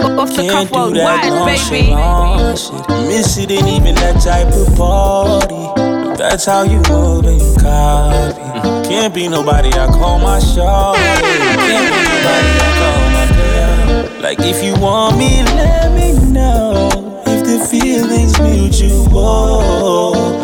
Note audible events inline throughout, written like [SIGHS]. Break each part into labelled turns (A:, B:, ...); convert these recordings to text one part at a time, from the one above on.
A: off the cuff was wild, baby.
B: long shit. Miss it ain't even that type of party. If that's how you move, then you copy. Can't be nobody I call my shot. Can't be nobody I call my girl. Like if you want me, let me know. If the feelings mutual,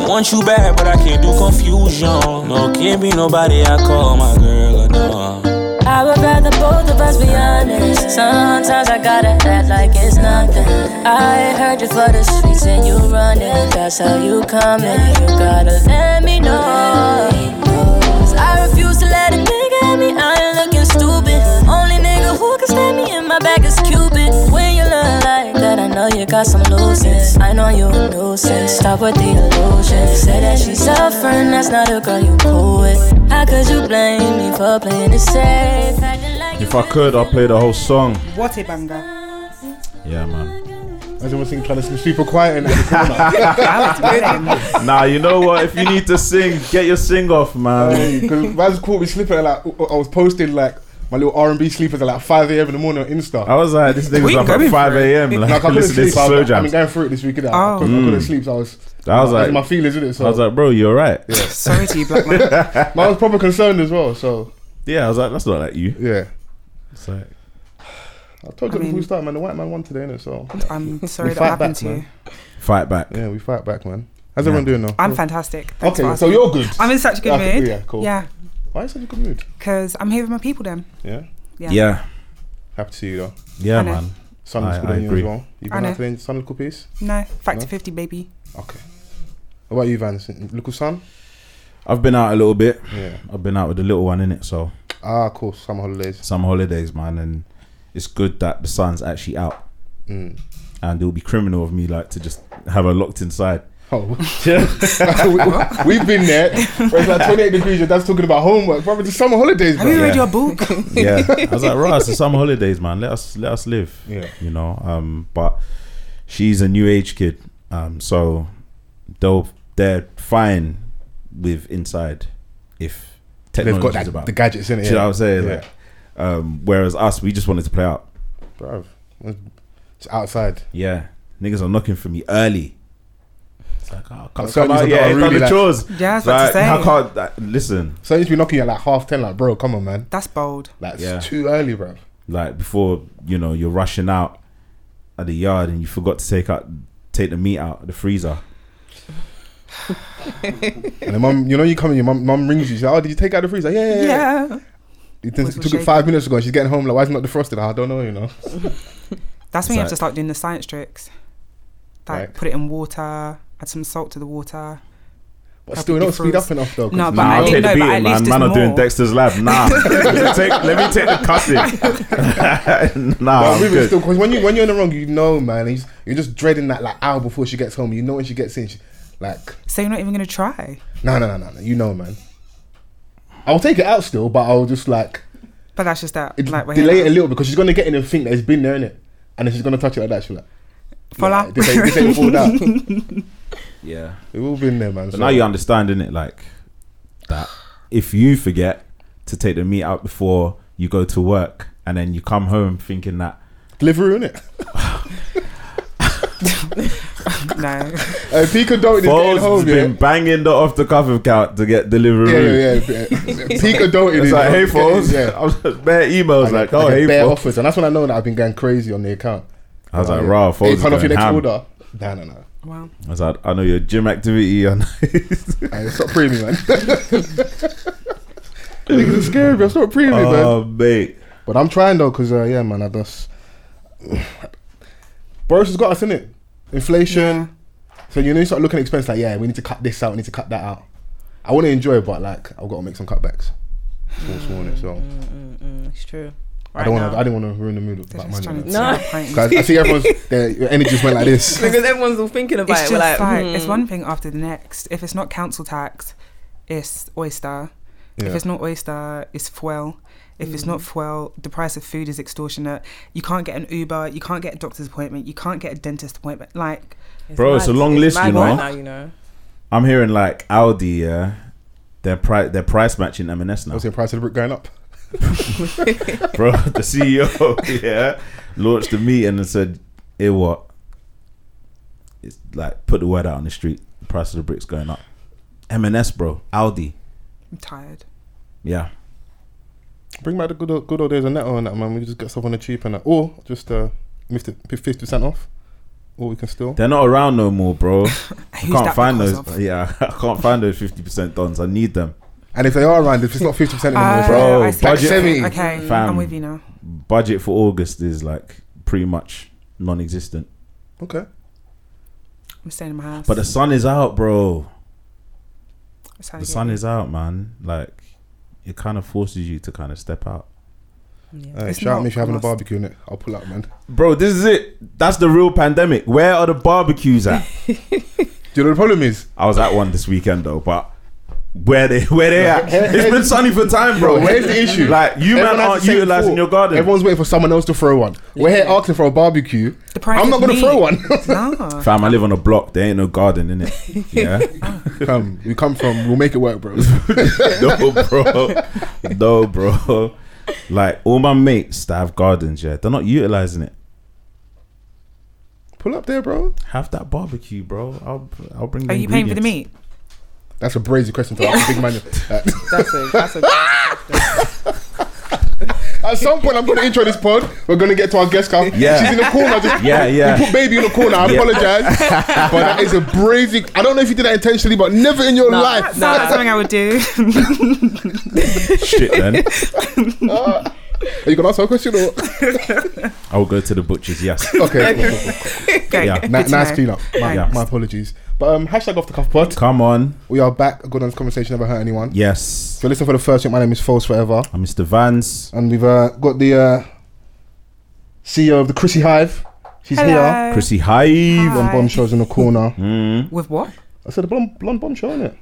B: want you back, but I can't do confusion. No, can't be nobody I call my girl. No.
C: I would rather both of us be honest. Sometimes I gotta act like it's nothing. I heard you for the streets and you running. That's how you coming. You gotta let me know. 'Cause I refuse to let a nigga at me. I ain't looking stupid. Only nigga who can stand me in my back is Cupid. When you look like that, I know you got some losers. I know you a nuisance. Stop with the illusion. Say that she's suffering. That's not a girl you cool with. How could you blame me for playing it safe? Acting like
D: If I could, I'll play the whole song.
A: What a
E: [LAUGHS]
A: banger.
D: Yeah, man.
E: As you were singing, trying to sleep super quiet and corner.
D: Nah, you know what? If you need to sing, get your sing off, man.
E: Because man's caught me sleeping at like I was posting like my little R and B sleepers at like five a.m. in the morning on Insta.
D: I was like, this nigga's
F: We
D: up
F: going
D: at
F: for
D: 5
F: it.
D: a.m. Like,
E: Like I couldn't
D: Oh. listen to
E: sleep.
D: this
E: So I
D: slow
E: was, like,
D: jam.
E: I've been going through it this week. innit?
F: Oh.
E: I, couldn't, I couldn't sleep. So I was.
D: I was
E: that
D: like-
E: my feelings in it. So
D: I was like, bro, you're right.
F: [LAUGHS] Sorry to you, black man.
E: [LAUGHS] But I was proper concerned as well. So
D: Yeah, I was like, that's not like you.
E: yeah,
D: It's like,
E: I told
F: I
E: you the
F: mean-
E: full start, man. The white man won today, innit? So
F: I'm sorry
E: We
F: that
E: fight
F: happened
E: back,
F: to you.
E: man.
D: fight back.
E: yeah, we fight back, man. How's everyone doing now?
F: I'm fantastic. Thanks for
E: okay, so
F: asking.
E: you're good.
F: I'm in such a good
E: Okay,
F: mood.
E: yeah, cool.
F: Yeah,
E: Why is such a good mood?
F: because I'm here with my people then.
E: Yeah,
F: Yeah.
D: Yeah,
E: happy to see you though.
D: yeah,
F: I know.
D: man.
E: Sun
D: I-
E: looks good
D: I
E: on you
D: agree.
E: as well. You
F: I
E: been
F: know.
E: out today? Sun look good piece.
F: No, factor
E: No?
F: 50, baby.
E: Okay. What about you, Vance? Look sun.
D: I've been out a little bit.
E: Yeah.
D: I've been out with the little one in it, so
E: Ah, cool. Summer holidays.
D: some holidays, man, and it's good that the sun's actually out.
E: Mm.
D: And it would be criminal of me like to just have her locked inside.
E: Oh, we, have been there. Where it's like 28 degrees. Your dad's talking about homework, brother. Just summer holidays,
F: Have you
E: bro.
F: read
D: Yeah.
F: your book?
E: [LAUGHS]
D: yeah,
F: [LAUGHS]
D: I was like, right, it's the summer holidays, man. Let us let us live.
E: Yeah.
D: you know. Um, but she's a new age kid, um, so they'll they're fine with inside if
E: They've got
D: technology's
E: that,
D: about.
E: the gadgets in it.
D: Do you know what I'm saying?
E: Yeah.
D: Like, um, whereas us, we just wanted to play out.
E: Bro, it's outside.
D: Yeah, niggas are knocking for me early. It's like, oh, come,
E: So
D: come
E: it's
D: out,
E: about
D: yeah, it's
E: really
D: done the
E: like-
D: chores.
F: Yeah, I was
D: It's
F: about to
D: like,
F: say.
D: how can't that, listen?
E: So I used to be knocking at like half 10, like, bro, come on, man.
F: That's bold.
E: That's
D: Yeah.
E: too early, bro.
D: Like before, you know, you're rushing out at the yard and you forgot to take out take the meat out of the freezer.
E: And the mum, you know, you come and your mum, mum rings you. She's like, oh, did you take out the freezer? Yeah, yeah, yeah.
F: Yeah.
E: It took-
F: Was
E: took it
F: shaking.
E: five minutes ago. She's getting home. Like, why is it not defrosted? I don't know, you know.
F: That's when you
D: It's
F: have to
D: like-
F: start doing the science tricks. Like,
E: Right.
F: put it in water, add some salt to the water.
E: But
F: Happy
E: still, not speed
F: defrost.
E: up enough, though. 'cause
F: No,
E: it's
F: but
D: Nah,
F: I
D: I'll
F: didn't
D: take the
F: know, but at
D: beating, man.
F: least
D: Man
F: it's
D: are doing
F: more.
D: Dexter's Lab.
F: [LAUGHS]
D: Nah. let, me take, let me take the
F: [LAUGHS]
D: cussing. [LAUGHS] nah, I'm
E: But we were
D: Um, good.
E: still, cause when you when you're in the wrong, you know, man. You you're just dreading that like hour before she gets home. You know when she gets in, she, like
F: So you're not even going to try.
E: no, no, no, no, no. You know, man. I'll take it out still, but I'll just like,
F: But that's just that.
E: it,
F: like, we're
E: delay it a
F: here.
E: little because she's gonna get in and think that it's been there, innit? And then she's gonna touch it like that. She'll be like,
F: Voila.
E: [LAUGHS] "Nah, this ain't, this ain't before that.
D: Yeah.
E: We've all been there, man.
D: But now you understand, innit? Like, that if you forget to take the meat out before you go to work and then you come home thinking that,
E: delivery, innit?
F: [LAUGHS] No.
E: Uh, if he condoned is getting
D: Foles has
E: home, yeah.
D: been banging the off the cuff account to get delivery.
E: yeah, yeah, [LAUGHS] yeah. If he condoned
D: It's
E: is
D: like, hey,
E: getting-
D: Foles. [LAUGHS]
E: yeah.
D: I was just bare emails, like, oh, hey,
E: bare
D: Foles.
E: offers, and that's when I know that I've been going crazy on the account.
D: I was
E: Oh,
D: like,
E: yeah.
D: raw, Foles.
E: Hey,
D: is
E: turn off your
D: going
E: next
D: ham.
E: order. No, no, no.
F: Wow.
D: I was like, I know your gym activity. And [LAUGHS]
E: Hey, stop preening, man. [LAUGHS] Niggas are scary, bro. Stop preening, man.
D: oh, mate.
E: But I'm trying though, cause uh, yeah, man, I just Boris has got us in it. Inflation. So you know, you start looking at expense like, yeah, we need to cut this out, we need to cut that out. I want to enjoy, it, but like, I've got to make some cutbacks. Small, small in it,
F: Mm,
E: so
C: it's true.
E: I don't want to. I didn't want to ruin the mood of
F: They're
E: that
F: just trying
E: money.
F: to
C: No.
F: no. It's
E: Guys,
F: [LAUGHS]
E: I see everyone's their your energies went like this.
B: because everyone's all thinking about
F: just
B: it. We're like,
F: like,
B: hmm.
F: it's one thing after the next. If it's not council tax, it's oyster. If
E: Yeah.
F: it's not oyster, it's fuel. If it's
B: Hmm.
F: not fuel, the price of food is extortionate. You can't get an Uber. You can't get a doctor's appointment. You can't get a dentist appointment. Like,
D: Bro, it's a long list,
B: mad
D: you know.
B: right now, you know.
D: I'm hearing like Audi, yeah. Their price, their price matching M&S now, [LAUGHS]
E: What's the price of the brick going up?
D: bro. The CEO, E yeah, launched the meeting and said, "It what? It's like put the word out on the street. The price of the bricks going up. M&S, bro. Aldi.
F: I'm tired.
D: Yeah,
E: Bring back the good old, good old days of Netto and that, man. We just get stuff on the cheap and that. Or just uh, 50% off. Or we can still.
D: they're not around no more, bro. I
F: Who's
D: can't
F: that
D: find
F: because
D: those.
F: of?
D: Yeah, [LAUGHS] I can't find those fifty percent dons. I need them.
E: And if they are around, if it's not 50% anymore,
F: Ah,
E: bro.
D: Bro,
F: I see.
D: budget-
E: Semi.
F: Okay,
D: Fam.
F: I'm with you now.
D: Budget for August is like pretty much non-existent.
E: Okay.
F: I'm staying in my house.
D: But the sun is out, bro.
F: That's how
D: the
F: you get
D: sun
F: me.
D: is out, man. Like it kind of forces you to kind of step out,
F: Yeah.
E: Hey,
F: It's
E: shout out me
F: not
E: if you're having a
F: lost.
E: barbecue in it. I'll pull up, man.
D: bro. This is it. That's the real pandemic. Where are the barbecues
E: [LAUGHS]
D: at?
E: Do you know the problem is?
D: I was at one this weekend though, but where they where they at? It's been sunny for time, bro.
E: Bro, where's the issue?
D: Like you
E: Everyone
D: man
E: has
D: aren't
E: the same
D: utilizing
E: thought.
D: your garden.
E: Everyone's waiting for someone else to throw one. We're here asking for a barbecue.
F: The price
E: I'm
F: of
E: not going to
F: meat.
E: throw one. [LAUGHS]
F: Nah.
D: Fam, I live on a block. There ain't no garden in it. Yeah,
E: come, we come from. We'll make it work, bro.
D: [LAUGHS] no, bro, no, bro. Like all my mates that have gardens, yeah, they're not utilizing it.
E: [LAUGHS] Pull up there, bro.
D: Have that barbecue, bro. I'll I'll bring. the
F: Are you paying for the
D: ingredients.
F: meat?
E: That's a brazy question to ask a big man. Uh,
G: [LAUGHS] That's a that's a
E: [LAUGHS] At some point, I'm going to intro this pod. We're going to get to our guest card.
D: Yeah.
E: She's in the corner. Just
D: Yeah,
F: [LAUGHS]
D: yeah.
E: You put baby in the corner. I
D: Yeah. [LAUGHS]
E: apologize, but that is a brazy. I don't know if you did that intentionally, but never in your
G: Nah,
E: life.
G: nah.
E: [LAUGHS]
F: That's something I would do. [LAUGHS]
D: Shit, then.
E: Are you going to ask her a question
G: [LAUGHS]
E: or?
D: I will go to the butchers. Yes.
E: Okay. cool, cool, cool.
F: okay,
D: Yeah.
F: good
E: Na-
F: to
E: nice
F: know.
E: clean up. My,
D: Yeah.
E: my apologies. But um, hashtag off the cuff pod.
D: Come on.
E: We are back. A good honest conversation never hurt anyone.
D: Yes.
E: If you're listening for the first week, my name is False Forever.
D: I'm Mr. Vance.
E: And we've uh, got the uh, CEO of the Chrissy Hive. She's here.
F: Hello.
D: Chrissy Hive.
E: Blonde
F: Hi.
E: bombshells in
D: [LAUGHS]
E: the corner.
D: Mm.
F: With what?
E: I said a blonde, blonde bombshell, innit?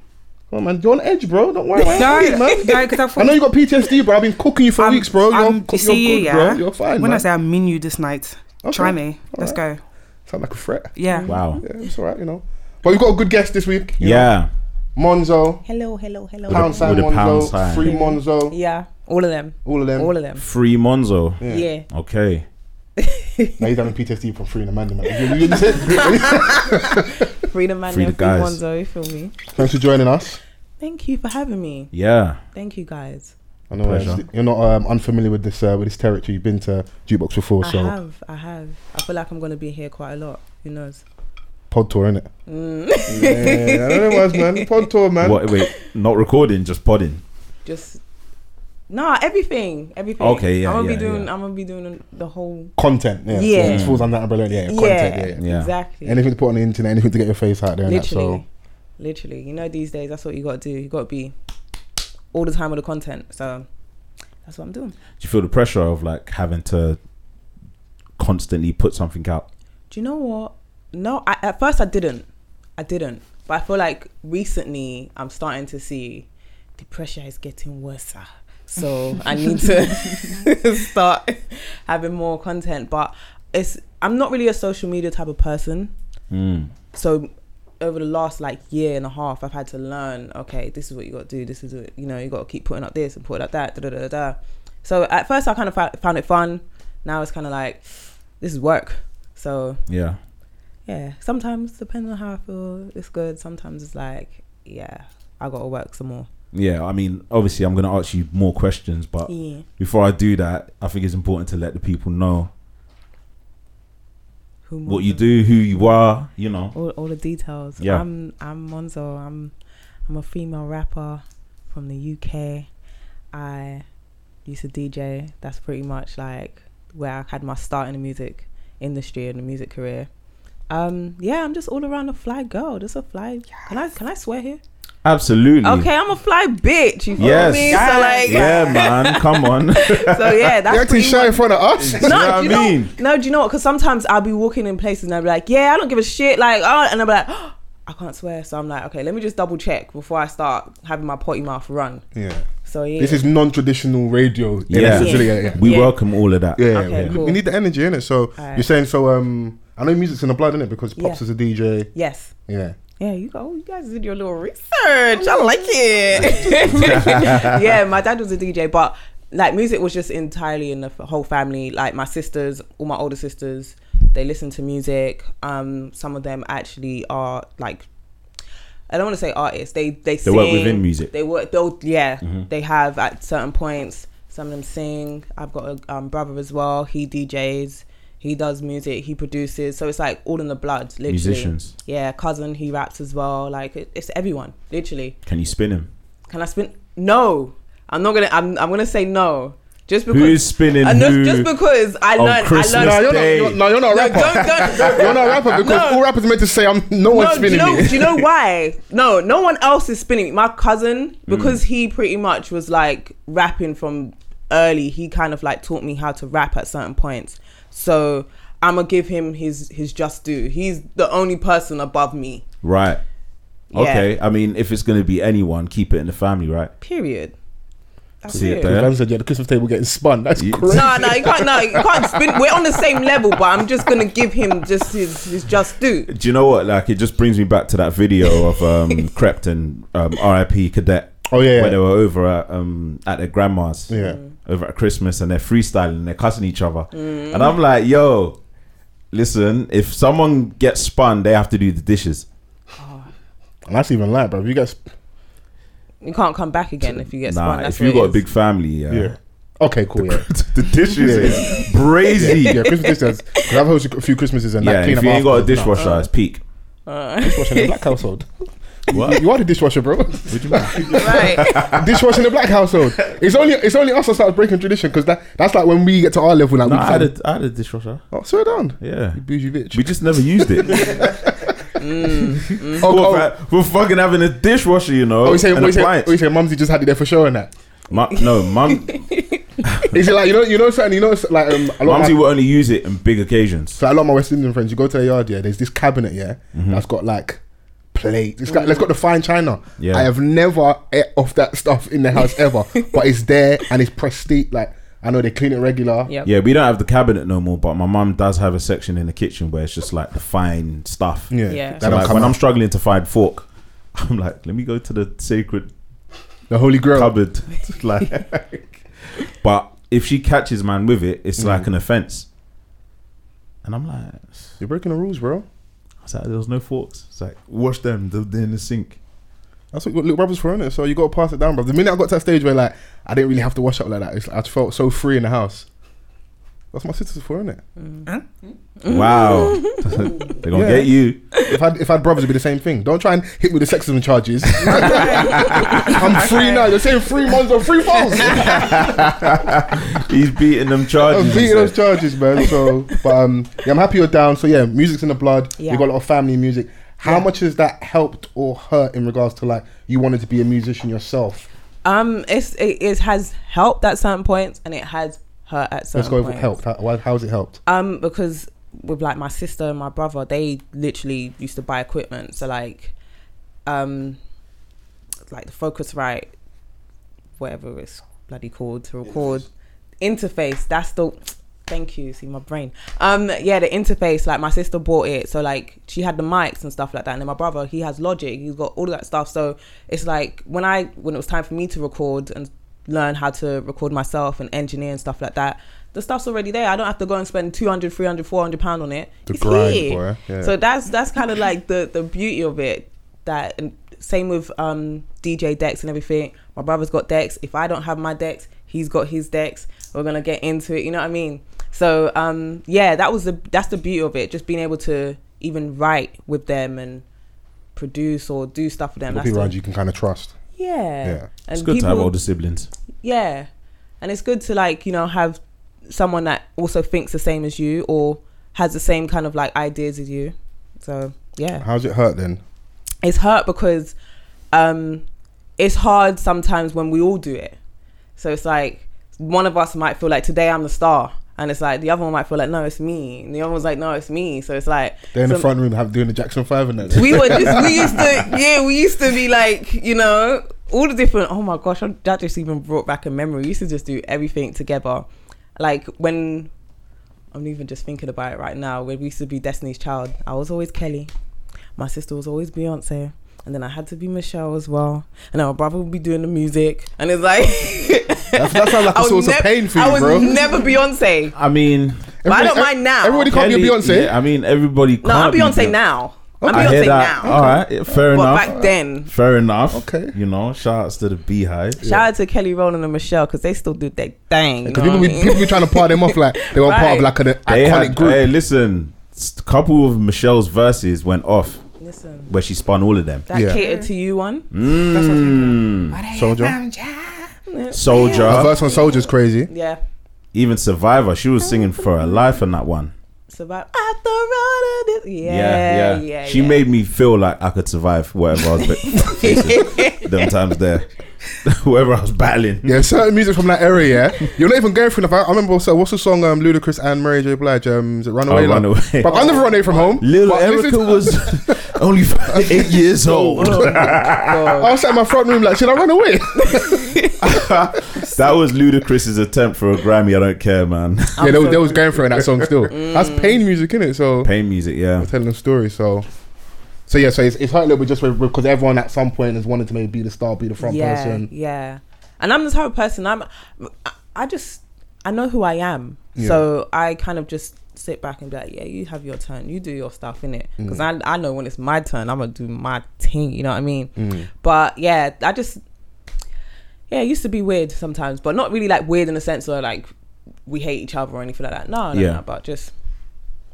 E: Come on, man. You're on edge, bro. Don't worry. man.
F: No,
E: Hey, man.
F: no, because I
E: I
F: thought
E: know you got PTSD, bro. I've been cooking you for
F: I'm-
E: weeks, bro. You're,
F: I'm-
E: you're
F: see,
E: good,
F: yeah.
E: bro. You're fine,
F: when I
E: man.
F: say I'm mean you this night,
E: Okay.
F: try me. Let's go.
E: Sound like a threat.
F: Yeah.
D: Wow.
E: Yeah, it's all right, you know. But we've got a good guest this week. you know.
D: Yeah.
E: Monzo,
G: hello, hello, hello.
D: With a-
E: Pound Sign
D: with a pound
E: Monzo,
D: sign.
E: Free Monzo,
G: Yeah, all of them,
E: all
D: Um,
E: of them.
G: all of them.
D: Free Monzo.
E: Yeah.
G: Yeah,
D: Okay.
E: Now he's having PTSD from Free and Amanda, man.
F: [LAUGHS]
E: You- you- you-
G: freedom man,
D: Free
G: free
D: the guys.
G: Monzo, you feel me?
E: Thanks for joining us.
G: Thank you for having me.
D: Yeah.
G: Thank you guys.
E: I know uh,
D: Pleasure.
E: you're not um, unfamiliar with this uh, with this territory. You've been to Jukebox before,
G: I
E: so
G: have, I have. I feel like I'm gonna be here quite a lot. Who knows?
E: pod tour, innit?
G: Mm.
E: yeah, I know it was, man. Pod tour, man.
D: What? Wait. Not recording. Just podding.
G: Just nah, everything, everything.
D: Okay, yeah,
G: I'm gonna
D: yeah,
G: be doing.
D: yeah.
G: I'm gonna be doing the whole.
E: Content, yeah.
G: Yeah.
E: It falls under that umbrella, yeah. yeah. Content, yeah. yeah.
D: Yeah.
G: exactly.
E: Anything to put on the internet, anything to get your face out there. And that,
G: literally,
E: so
G: literally. You know, these days that's what you gotta do. You gotta be all the time with the content. So that's what I'm doing.
D: Do you feel the pressure of like having to constantly put something out?
G: Do you know what? No, I, at first I didn't. I didn't. But I feel like recently I'm starting to see the pressure is getting worse. So I need to [LAUGHS] start having more content. But it's I'm not really a social media type of person.
D: Mm.
G: So over the last like year and a half, I've had to learn. Okay, this is what you got to do. This is what, you know you got to keep putting up this and putting up that. Da da da da. da. So at first I kind of fou- found it fun. Now it's kind of like this is work. So
D: Yeah.
G: yeah, sometimes depending on how I feel, it's good. Sometimes it's like yeah, I got to work some more.
D: Yeah. I mean, obviously, I'm gonna ask you more questions, but
G: Yeah.
D: before I do that, I think it's important to let the people know
G: Who
D: what
G: Monzo?
D: you do, who you are. You know.
G: All, all the details.
D: Yeah.
G: I'm I'm Monzo. I'm I'm a female rapper from the UK. I used to DJ. That's pretty much like where I had my start in the music industry and the music career. Um, yeah, I'm just all around a fly girl. Just a fly. Can I can I swear here?
D: Absolutely.
G: Okay, I'm a fly bitch. You feel
D: Yes.
G: me?
F: Yes.
G: So like,
D: Yeah, man. Come
G: [LAUGHS]
D: on. [LAUGHS]
G: so yeah, that's
E: you're actually
G: pretty much-
E: shy in front of us.
G: [LAUGHS]
D: Do you know what I
G: do you
D: mean?
G: No, do you know what? Because sometimes I'll be walking in places and I'll be like, yeah, I don't give a shit. Like, oh, and I'll be like, I can't swear. So I'm like, okay, let me just double check before I start having my potty mouth run.
E: yeah.
G: So yeah.
E: This is non-traditional radio.
D: Yeah.
E: yeah, yeah. yeah.
D: We
G: Yeah.
D: welcome all of that.
E: Yeah, yeah,
G: Okay,
E: we-
G: cool.
E: we need the energy in it. So
G: Alright.
E: you're saying so. Um, I know music's in the blood in it because pops
G: Yeah.
E: is a DJ.
G: yes.
E: Yeah,
G: Yeah, you go. You guys
D: [LAUGHS]
G: did your little research. I like it. yeah, my dad was a DJ, but like music was just entirely in the f- whole family like my sisters all my older sisters they listen to music um some of them actually are like i don't want to say artists they they,
D: They
G: sing,
D: work within music.
G: they work they'll yeah
D: Mhm.
G: they have at certain points some of them sing i've got a um, brother as well he djs he does music he produces so it's like all in the blood literally
D: Musicians.
G: yeah cousin he raps as well like it, it's everyone literally
D: Can you spin him?
G: can I spin? No, I'm not gonna. I'm, I'm gonna say no. Just because.
D: Who's spinning
G: uh, no,
D: who?
G: just because I
D: on
G: learned.
D: Christmas
G: I
E: No,
G: learned.
E: you're not,
D: Day.
E: you're, no, you're not a
G: No,
E: rapper.
G: don't, don't,
E: You're not a rapper because
G: [LAUGHS] No.
E: all rappers are meant to say I'm no one's
G: no, do you
E: spinning
G: know?
E: me.
G: Do
D: [LAUGHS]
G: you know why? No, no one else is spinning. me. My cousin,
D: Hmm.
G: because he pretty much was like rapping from early. He kind of like taught me how to rap at certain points. So I'm gonna give him his his just due. He's the only person above me.
D: Right.
G: Yeah.
D: Okay. I mean, if it's gonna be anyone, keep it in the family, right?
G: Period. That's
D: See it
G: it.
D: there.
E: Van said, yeah, the Christmas table getting spun. That's
D: Yeah.
E: crazy.
G: No, no, you can't. No, you can't spin. We're on the same level, but I'm just gonna give him just his, his just due.
D: Do you know what? Like, it just brings me back to that video of
G: [LAUGHS]
D: um, Crepton, um, RIP Cadet,
E: Oh yeah,
D: where they
E: yeah.
D: were over at um, at their grandma's,
E: Yeah.
D: over at Christmas, and they're freestyling, and they're cussing each other,
G: Mm.
D: and I'm like, yo. Listen, if someone gets spun, they have to do the dishes.
E: And that's even light, bro. You guys,
G: You can't come back again if you get
D: nah,
G: spun. That's
D: if you
G: what it
D: got a
G: is.
D: big family, yeah,
E: yeah. Okay, cool. Yeah,
D: the dishes is crazy.
E: yeah. Christmas dinners. 'Cause I've hosted a few Christmases and
D: Yeah,
E: that clean
D: if
E: up
D: you ain't got a
E: afterwards.
D: dishwasher, it's peak.
G: Uh,
E: No. dishwasher in the black household.
D: [LAUGHS] What?
E: You are the dishwasher, bro.
D: What [LAUGHS] do you mean?
G: right. [LAUGHS]
E: dishwasher in the black household. It's only it's only us that starts breaking tradition because that that's like when we get to our level, like
D: No,
E: we
D: I had,
E: decided.
D: a, I had a dishwasher.
E: Oh, slow down,
D: Yeah.
E: you bougie bitch.
D: We just never used
E: [LAUGHS]
D: it.
E: oh,
D: we're,
E: oh,
D: fa- we're fucking having a dishwasher, you know.
E: oh, you say,
D: an
E: oh, you say,
D: appliance.
E: oh, you say, mumsy just had it there for showing that.
D: Mu- no,
E: [LAUGHS]
D: mum,
E: Is it like you know, you know, certain, you know, like um, a lot of
D: mumsy
E: my,
D: will only use it in big occasions.
E: so a lot of my West Indian friends, you go to their yard, yeah. There's this cabinet, yeah, that's got like plates. It's got, it's got the fine china.
D: Yeah.
E: I have never ate off that stuff in the house ever, but it's there and it's prestige. Like I know they clean it regular.
G: Yep.
D: Yeah, we don't have the cabinet no more, but my mum does have a section in the kitchen where it's just like the fine stuff.
E: yeah.
G: Yeah.
E: That
D: So
E: don't
D: like,
E: come
D: when
E: out.
D: I'm struggling to find fork, [LAUGHS] I'm like, let me go to the sacred
E: the Holy Grail.
D: cupboard. [LAUGHS] like, but if she catches man with it,
E: Mm.
D: it's like an offense. And I'm like,
E: You're breaking the rules, bro.
D: I was like, there was no forks. It's like, wash them. They're, they're in the sink.
E: That's what your little brother's for, innit? So you got to pass it down, bro. The minute I got to that stage where like I didn't really have to wash up like that, it's, I felt so free in the house. That's what my sister's for, innit?
G: Mm. [LAUGHS]
D: Wow, they're gonna
E: Yeah.
D: get you.
E: If I if I had brothers, it'd be the same thing. Don't try and hit me with the sexism charges. [LAUGHS] I'm free now. You're saying free months or free false.
D: He's beating them
E: [LAUGHS] I'm
D: charges. he
E: beating those
D: said.
E: charges, man. [LAUGHS] So, but um, yeah, I'm happy you're down. So yeah, music's in the blood.
G: Yeah.
E: You got a lot of family music. How much has that helped or hurt in regards to like you wanted to be a musician yourself?
G: Um, it's it, it has helped at certain points and it has hurt at certain.
E: Let's go with
G: points.
E: helped. How, why- how's it helped?
G: Um, because with like my sister and my brother, they literally used to buy equipment. So like, um, like the Focusrite, whatever it's bloody called to record, interface. That's the thank you. See my brain. Um, yeah, the interface. Like my sister bought it, so like she had the mics and stuff like that. And then my brother, he has Logic. He's got all of that stuff. So it's like when I when it was time for me to record and learn how to record myself and engineer and stuff like that. The stuff's already there. I don't have to go and spend 200, 300, 400 pound on it.
E: The
G: It's
E: grind,
G: here.
E: boy. Yeah.
G: So that's that's kind of like the the beauty of it. That and same with um, DJ decks and everything. My brother's got decks. If I don't have my decks, he's got his decks. We're gonna get into it. You know what I mean? So um, yeah, that was the that's the beauty of it. Just being able to even write with them and produce or do stuff with them.
E: The
G: That's
E: people
G: the-
E: around you can kind of trust.
G: yeah.
E: Yeah.
G: And
D: It's good to have older siblings.
G: yeah and it's good to like you know have someone that also thinks the same as you or has the same kind of like ideas as you so yeah
E: How's it hurt then?
G: it's hurt because um it's hard sometimes when we all do it so it's like one of us might feel like today i'm the star and it's like the other one might feel like no it's me and the other one's like no it's me so it's like
E: They're in the
G: some-
E: front room have doing the Jackson Five [LAUGHS] and that.
G: we were just we used to yeah we used to be like you know all the different oh my gosh I'm- that just even brought back a memory we used to just do everything together like when I'm even just thinking about it right now when we used to be Destiny's Child I was always Kelly my sister was always Beyonce and then I had to be Michelle as well and then my brother would be doing the music and it's like
E: That, that sounds like a
G: I was
E: source
G: nev-
E: of pain for
G: I
E: you,
G: was
E: bro.
G: never Beyonce.
D: I mean,
G: But I don't
E: Everybody-
G: mind now.
E: Everybody can't be
D: Kelly-
E: Beyonce.
D: Yeah, I mean, everybody.
G: no, I'm
D: can't be
G: Beyonce now. I'm
D: I
G: Beyonce
D: hear that.
G: now.
D: All right, yeah, fair
G: But
D: enough.
G: back then,
D: fair enough.
E: Okay.
D: You know, shout outs to the Beehive.
G: shout out to Kelly Rowland and Michelle because they still do their thing. you
E: Because
G: know
E: people,
G: what
E: be,
G: I mean?
E: [LAUGHS] people be trying to par them off like they were part
G: Right.
E: of like an
D: They
E: iconic
D: had.
E: group.
D: Hey, listen, a couple of Michelle's verses went off
G: Listen,
D: where she spun all of them.
G: that
E: Yeah.
G: catered to you one.
D: Mm,
E: Soldier. A
D: Soldier,
E: verse on Soldier's crazy.
G: Yeah.
D: even Survivor. She was singing for her life on that one.
G: Survive at the road of this. Yeah, yeah, yeah.
D: She made me feel like I could survive whatever I was
G: [LAUGHS]
D: ba- facing. Them times there, [LAUGHS] whoever I was battling.
E: Yeah, certain music from that era,
G: [LAUGHS]
E: yeah. You're not even going through enough. I remember also, what's the song um, Ludacris and Mary J. Blige? Um, is it Runaway?
D: Oh,
E: Love?
D: Runaway.
E: But I never run away from home.
D: Little
E: But this
D: Erica
E: is- [LAUGHS]
D: was only eight years old. [LAUGHS]
E: I was sat in my front room like, should I run away?
D: that was Ludacris's attempt for a Grammy. I don't care, man.
E: [LAUGHS] yeah, they, was- they was going through in that song still. That's pain music, innit? So
D: Pain music, yeah.
E: telling a story. So, so yeah, so it's, it's hurt a little bit just because everyone at some point has wanted to maybe be the star, be the front
G: yeah,
E: person.
G: Yeah, and I'm the type of person I'm. I- I just I know who I am,
E: Yeah.
G: so I kind of just sit back and be like, yeah, you have your turn, you do your stuff in it, because I I know when it's my turn, I'm gonna do my thing. You know what I mean? But yeah, I just yeah, it used to be weird sometimes, but not really like weird in the sense where like we hate each other or anything like that. No, no,
D: Yeah.
G: no but just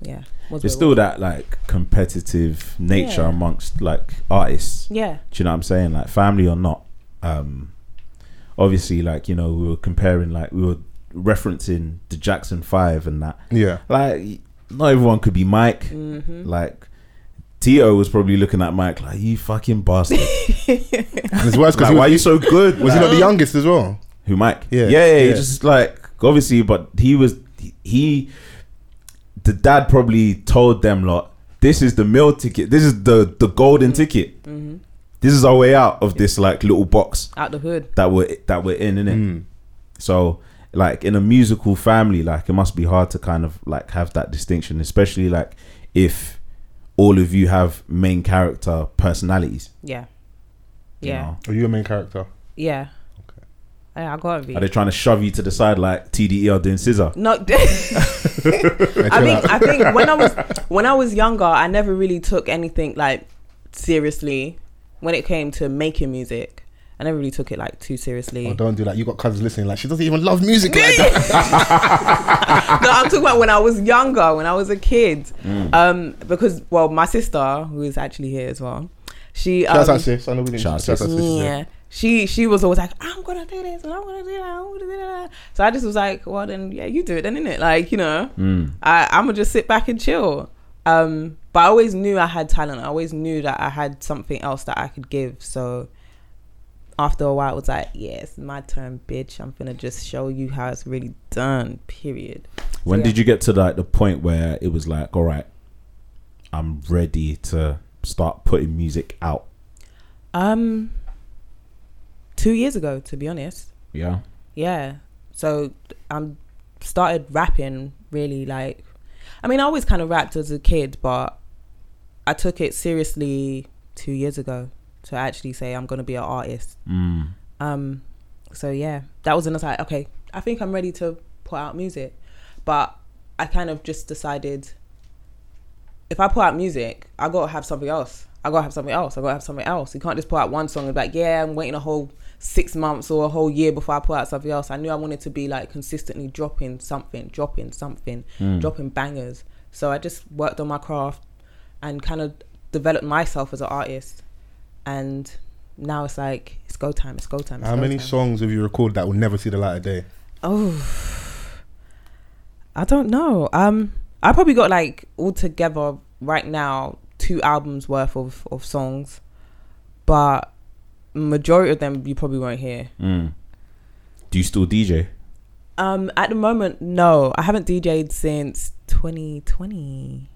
G: yeah,
D: There's
G: was what it
D: still that like competitive nature
G: Yeah.
D: amongst like artists.
G: was. yeah,
D: Do you know what I'm saying? Like family or not. Um obviously like, you know, we were comparing like we were referencing the Jackson Five and that.
E: [LAUGHS] Yeah.
D: Like not everyone could be Mike.
E: Mm-hmm.
D: Like Tio was probably looking at Mike like you fucking
E: [LAUGHS]
D: bastard.
E: And it's worse because
D: like, why are you so good?
E: was he not the youngest as well?
D: Who Mike?
E: Yeah,
D: yeah, yeah, he
E: yeah.
D: Just like obviously, but he was he. The dad probably told them lot. This is the meal ticket. This is the the golden ticket. This is our way out of this like little box
G: out the hood.
D: that we're that we're in, innit?
E: Mm. Hmm.
D: So like in a musical family, like it must be hard to kind of like have that distinction, especially like if all of you have main character personalities.
G: Yeah,
D: you
G: yeah,
D: know?
E: Are you a main character?
G: yeah. Okay, I got it. V.
D: Are they trying to shove you to the side like TDE are doing scissor?
G: [LAUGHS] No, I think I think when I was when I was younger, I never really took anything like seriously when it came to making music. I never really took it like too [LAUGHS] seriously.
E: Oh, don't do that. You got cousins listening. Like she doesn't even love music like that.
G: no, I'm talking about when I was younger, when I was a kid.
E: Mm.
G: Um, because well, my sister who is actually here as well, she um,
E: That's our sis. I know we didn't.
D: Shout out
E: that's our
D: sis.
E: sis,
G: yeah. She she was always like, I'm gonna do this and I'm gonna do that, I'm gonna do that. So I just was like, well then yeah, you do it then innit? Like, you know, I, I'm gonna just sit back and chill. Um, but I always knew I had talent. I always knew that I had something else that I could give. So after a while it was like, Yeah, it's my turn, bitch. I'm gonna just show you how it's really done, period.
D: When
G: Yeah.
D: did you get to like the point where it was like, all right, I'm ready to start putting music out?
G: Um two years ago, to be honest.
D: Yeah.
G: yeah so i'm started rapping really like i mean i always kind of rapped as a kid but i took it seriously two years ago to actually say i'm going to be an artist
D: Mm.
G: um so yeah that was when i was like okay i think i'm ready to put out music but i kind of just decided if i put out music i gotta have something else i gotta have something else i gotta have something else you can't just put out one song and be like yeah i'm waiting a whole six months or a whole year before i put out something else i knew i wanted to be like consistently dropping something dropping something dropping bangers so i just worked on my craft and kind of developed myself as an artist and now it's like it's go time it's go time
E: yeah.
G: it's
E: How
G: go
E: many
G: time.
E: songs have you recorded that will never see the light of day?
G: Oh, I don't know. Um, I probably got like altogether right now two albums worth of of songs, but majority of them you probably won't hear.
D: Mm. Do you still DJ?
G: Um, at the moment, no, I haven't DJ'd since 2020.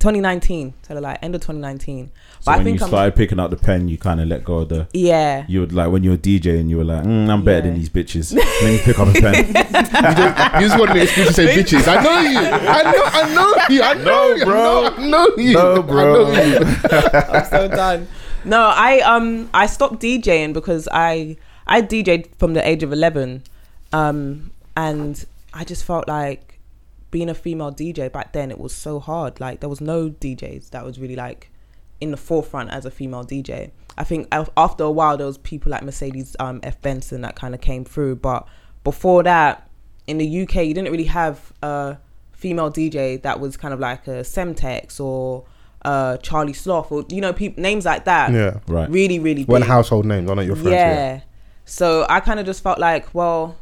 G: 2019, so like end of 2019. But
D: So
G: I
D: when
G: think
D: you
G: I'm
D: started picking up the pen, you kind of let go of the.
G: yeah.
D: You would like when you were DJing, you were like, mm, I'm better than
G: Yeah.
D: these
G: [LAUGHS]
D: bitches. let me pick up a pen.
E: You just wanted an excuse to say bitches. I know you. I know. I know you. I know
D: No,
E: you.
D: bro.
E: I know, I know you.
D: No, bro.
E: I know you.
G: [LAUGHS] I'm so done. No, I um I stopped DJing because I I DJed from the age of eleven, Um, and I just felt like being a female DJ back then, it was so hard. Like there was no DJs that was really like in the forefront as a female DJ. I think af- after a while, there was people like Mercedes um, F Benson that kind of came through, but before that, in the UK, you didn't really have a female DJ that was kind of like a Semtex or uh, Charlie Sloth or you know peop names like that.
E: Yeah.
D: Right.
G: Really, really.
E: Well,
G: big.
E: household names. I know your friends.
G: yeah.
E: Yeah.
G: So I kind of just felt like, well,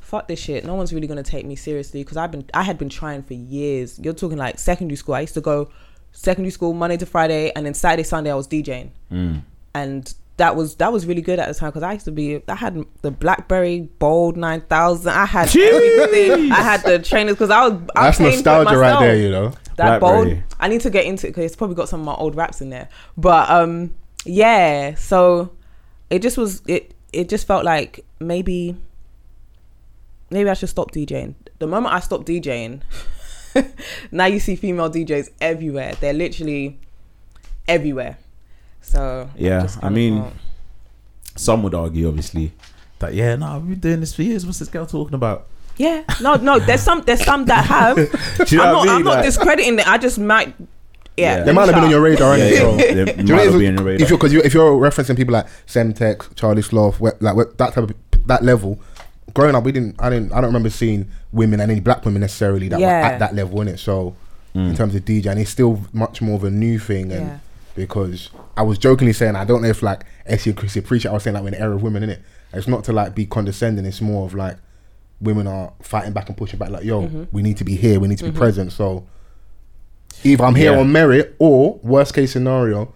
G: fuck this shit. No one's really gonna take me seriously because I've been, I had been trying for years. You're talking like secondary school. I used to go secondary school Monday to Friday, and then Saturday, Sunday I was DJing,
E: Mm.
G: and that was that was really good at the time because I used to be. I had the BlackBerry Bold Nine Thousand. I had everything. I had the trainers because I was. I
E: That's
G: was paying for it
E: nostalgia right
G: myself
E: there, you know.
G: that
D: Blackberry.
G: bold. I need to get into it because it's probably got some of my old raps in there. But um, yeah. So it just was it. It just felt like maybe, maybe I should stop DJing. The moment I stopped DJing, [LAUGHS] now you see female DJs everywhere. They're literally everywhere. So I
D: Yeah,
G: just
D: I
G: kinda
D: mean,
G: thought,
D: Some would argue, obviously, that yeah, no, I've been doing this for years. What's this girl talking
G: [LAUGHS]
D: about?
G: yeah, no, no. There's some, there's some that
D: [LAUGHS]
G: have.
D: Do you
G: I'm
D: know
G: not,
D: what I
G: I'm
D: mean?
G: not
D: Like,
G: discrediting it. I just might.
D: Yeah.
G: Yeah,
D: They
E: They might have been on your radar,
D: yeah,
E: ain't
D: yeah,
E: they?
D: they
E: Do you
D: might
E: know
D: not
E: if,
D: be on your radar.
E: if you're because you, if you're referencing people like Semtex, Charlie Sloth, we- like we- that type of that level, growing up we didn't I didn't I don't remember seeing women and any black women necessarily that were
G: Yeah.
E: at that level in it. So
D: Mm.
E: in terms of DJ, and it's still much more of a new thing, and
G: Yeah.
E: because I was jokingly saying I don't know if like Essie and Chrissy appreciate I was saying like we're in the era of women in it. It's not to like be condescending. It's more of like women are fighting back and pushing back. Like yo,
G: Mm-hmm.
E: we need to be here. We need to be present. So either I'm here
D: Yeah.
E: on merit or worst case scenario,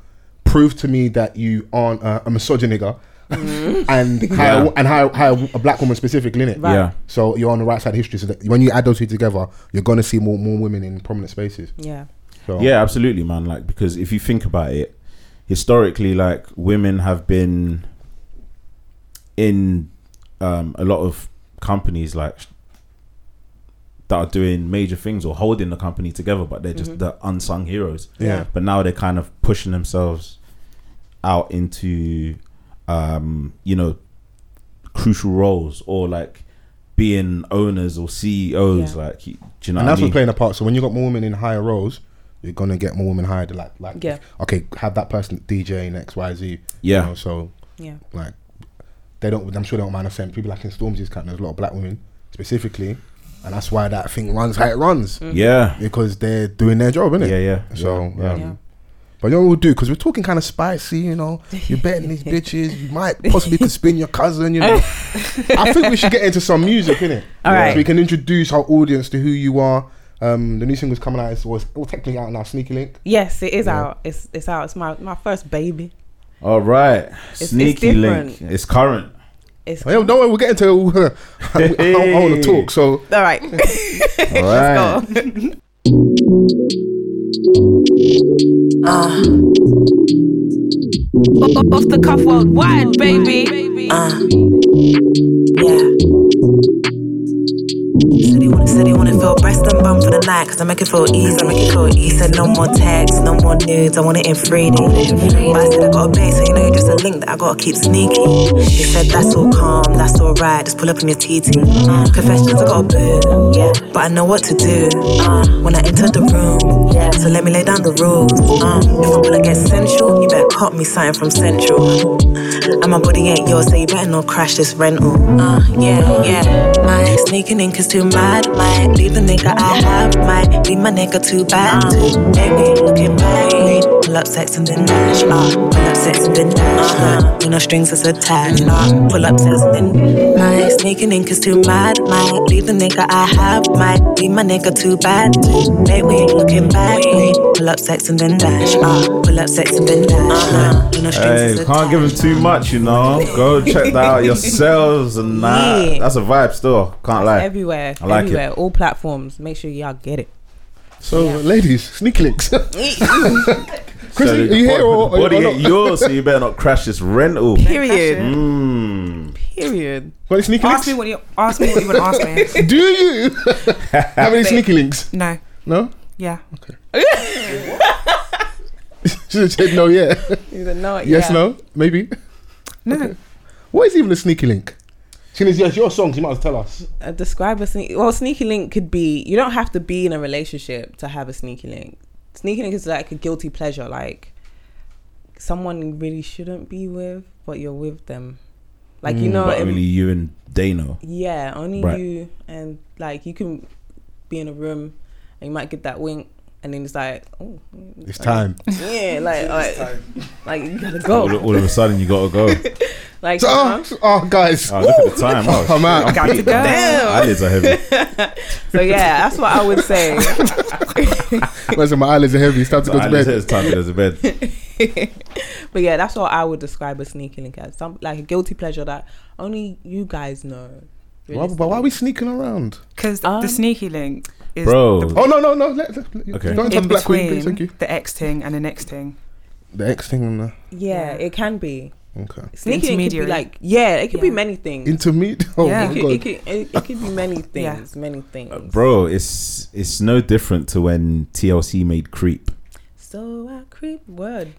E: prove to me that you aren't uh, a misogyny nigga and
G: [LAUGHS]
E: hire,
D: Yeah.
E: and hire, hire a black woman specifically in it.
G: Mm-hmm. Right.
D: Yeah,
E: So you're on the right side of history. So that when you add those two together, you're gonna see more more women in prominent spaces.
G: yeah,
E: So
D: yeah, absolutely, man. Like because if you think about it, historically, like women have been in um, a lot of companies like that are doing major things or holding the company together, but they're just the unsung heroes.
E: Yeah.
D: But now they're kind of pushing themselves out into, um, you know, crucial roles or like being owners or CEOs.
G: Yeah.
D: Like, you- do you know?
E: and
D: what
E: that's
D: I mean?
E: what's playing a part. So when you got more women in higher roles, you're gonna get more women hired. Like, like,
G: Yeah.
E: okay, have that person DJing X Y Z.
D: Yeah.
E: You know, so
G: yeah.
E: like, they don't. I'm sure they don't mind us saying people like in Stormzy's kind. There's a lot of black women specifically, and that's why that thing runs how it runs
D: Yeah.
E: because they're doing their job, innit?
D: Yeah, yeah.
E: So,
D: yeah,
E: um,
G: Yeah.
E: But you know what we'll do because we're talking kind of spicy, you know. You're betting these bitches. You might possibly could spin your cousin,
D: [LAUGHS]
E: you know. I think we should get into some music, innit?
G: All right.
E: So we can introduce our audience to who you are. Um, the new single's coming out. It's well, it's- well, technically out now. Sneaky Link.
G: Yes, it is
E: Yeah.
G: out. It's it's out. It's my my first baby.
D: All right.
G: it's
D: Sneaky link.
G: different.
D: It's current.
G: [LAUGHS]
D: Oh,
G: It's
E: Well, don't worry, we'll get into. [LAUGHS] I, I want to talk. So
G: all right. [LAUGHS]
D: All right.
A: Off the cuff worldwide, baby.
H: Yeah. Said he wanna, said he wanna feel breast and bum for the night, cause I make it feel easy. I make it feel easy. Said no more texts, no more nudes, I want it in 3D. But I said I got a base, so you know you're just a link that I gotta keep sneaky. He said that's all calm, that's alright, just pull up in your TT. Uh, confessions, I got a boo, yeah. But I know what to do uh, when I enter the room, yeah. So let me lay down the rules. Uh, if I wanna get sensual, you better cop me something from Central. And my body ain't yours, so you better not crash this rental. Uh, yeah, yeah. My sneaking in cause too mad. Might leave the nigga I have. Might leave my nigga too bad. Too. Baby, looking back. We Pull up sex and then dash. Uh, pull up sex and then dash. Uh, you know strings is attached. Uh, pull up sex and then. My sneaking in cause too mad. Might leave the nigga I have. Might leave my nigga too bad. Too. Baby, looking back. We Pull up sex and then dash. Uh, pull up sex and then dash. Uh, you know strings
D: Hey,
H: is attached.
D: can't give him too much, you know. Go check that out yourselves
G: [LAUGHS]
D: and that.
G: Yeah.
D: That's a vibe still. Can't lie.
G: everywhere,
D: I like it.
G: everywhere, all platforms. Make sure y'all get it.
E: So, ladies, sneak
F: [LAUGHS]
E: links. Chris,
D: So
E: are
D: the
E: you here or,
D: body-
E: or,
D: body
E: or
D: ain't
E: not?
D: yours,
E: [LAUGHS]
D: so you better not crash this rental.
G: [LAUGHS] Period.
D: Mm.
G: Period.
E: Got any sneaky
F: Ask
E: links?
F: me what you ask me what you would ask
E: [LAUGHS]
F: me.
D: [LAUGHS]
E: Do you have any sneaky links?
F: No.
E: No. [LAUGHS]
F: Yeah.
E: She said no. Yeah. [LAUGHS]
G: You said no.
E: Yes.
G: yeah.
E: No. Maybe.
F: No.
E: What is even a sneaky link? Soon as it's your songs, you might as well tell us.
G: Uh, describe a sneaky. Well, sneaky link could be. You don't have to be in a relationship to have a sneaky link. Sneaky link is like a guilty pleasure, like someone you really shouldn't be with, but you're with them. Like you know,
D: Mm, but
G: it-
D: only you and they
G: [LAUGHS]
D: know.
G: yeah, only
D: Right.
G: you and like you can be in a room and you might get that wink, and then it's like,
E: [LAUGHS]
G: oh,
E: It's time.
G: yeah, like like, like you gotta
D: All,
G: go,
D: all of a sudden, you gotta go.
G: like
E: Oh,
G: uh-huh.
E: oh, guys.
D: Oh, look at the time. Oh,
E: [LAUGHS] I'm out.
D: shit,
F: Got to
D: beat.
F: go.
D: My Eyelids are
E: [LAUGHS]
D: heavy.
G: [LAUGHS] so yeah, that's what I would say. [LAUGHS]
E: Where's my eyelids are heavy. It's time to
D: The
E: go to
D: eyelids
E: bed.
D: it's time to go to bed.
G: [LAUGHS] but yeah, that's what I would describe a sneaky link as some like a guilty pleasure that only you guys know.
E: Why, but why are we sneaking around?
F: Because
G: Um,
F: the sneaky link is
D: Bro.
E: Oh no no no! Let, let, let,
D: Okay.
E: Don't
F: in
E: tell Black Queen, please.
F: between
E: Thank you.
F: the X ting and the next ting.
E: The X thing on the
G: Yeah, it can be
E: okay.
G: sneaky link could be
F: intermediary.
G: like yeah, it could be
F: Yeah.
G: many things.
E: Intermediate. [LAUGHS] Oh
F: Yeah.
E: my
G: it,
E: god.
G: could, it, could, it, it could be many things, many things.
D: Bro, it's it's no different to when TLC made Creep.
G: So I creep word.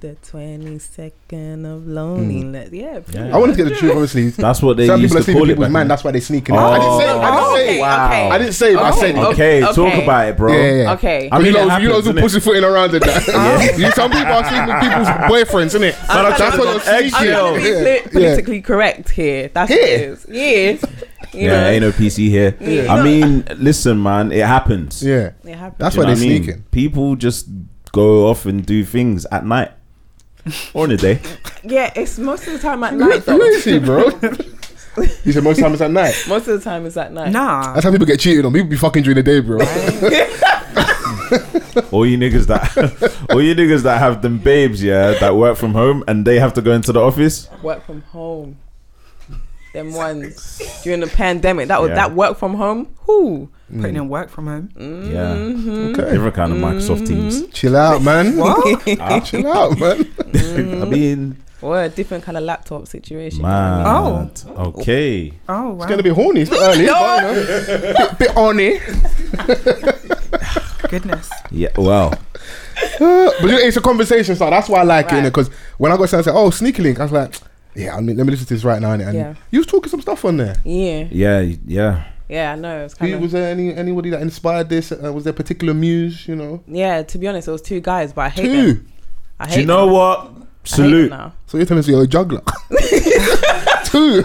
G: The twenty second of loneliness. Yeah, pretty
D: Yeah.
E: I wanted to get the truth. Honestly, some
D: That's what they used
E: people are
D: to
E: sleeping
D: call it
E: people's
D: back
E: man.
D: then.
E: That's why they sneaking.
D: Oh.
E: I didn't say. I didn't
D: Oh,
E: say.
D: wow.
E: I didn't say. but I said.
G: Okay.
D: Okay, talk
G: Okay.
D: about it, bro.
E: Yeah, yeah, yeah.
G: Okay.
D: I
E: you
D: mean,
E: know,
D: it
E: you know,
D: happens,
E: who's
D: innit?
E: pussyfooting around and [LAUGHS] that. you, some people are sleeping with [LAUGHS] people's boyfriends, isn't it?
D: I'm
E: That's
D: trying
E: what
D: to go
E: you're
G: I'm
E: sneaking.
G: trying to be
E: Yeah,
G: polit-
E: yeah.
G: politically correct here. That's
E: Here.
G: what it is. Yeah. You
D: Yeah,
G: know,
D: ain't no PC here.
G: Yeah.
D: I mean, listen, man, it happens.
E: Yeah,
G: it happens.
E: that's
D: Do you
E: why
D: know what
E: they're
D: I mean?
E: sneaking.
D: People just go off and do things at night or in the day.
G: Yeah, it's most of the time at
E: [LAUGHS] Who
G: night though.
E: is he, bro? You said most times at night.
G: Most of the time it's at night.
F: Nah,
E: That's how people get cheated on. People be fucking during the day, bro.
D: All you niggas that, [LAUGHS] all you niggas that have them babes, yeah, that work from home and they have to go into the office.
G: Work from home. Them ones during the pandemic. That was
D: Yeah.
G: that work from home. Who?
F: putting in work from home.
D: Yeah,
G: Mm-hmm.
E: Okay.
D: different kind of Microsoft Teams.
E: Chill out, [LAUGHS] man.
D: Ah,
E: Chill out, man.
D: [LAUGHS]
G: Mm-hmm.
D: I mean,
G: Or a different kind of laptop situation.
D: man.
F: Oh.
D: okay.
F: Oh wow,
E: It's gonna be horny. It's a bit early. but, you know, bit, bit [LAUGHS] horny.
F: goodness.
D: Yeah. Well,
E: but you know, it's a conversation, so that's why I like it.
G: Right.
E: Because when I got sent, I said, "Oh, sneaky link." I was like, "Yeah, I mean, let me listen to this right now." innit? And
G: Yeah.
E: you was talking some stuff on there.
G: Yeah.
D: yeah, yeah.
G: Yeah, I know. It's kind
E: Who,
G: of
E: was there any anybody that inspired this? Uh, was there particular muse? You know,
G: Yeah, to be honest, it was two guys, but I hate
E: two.
G: them. I hate
D: Do you know
G: them.
D: what?
G: I hate them
D: Salute.
G: now.
E: So you're telling me you're a juggler? two.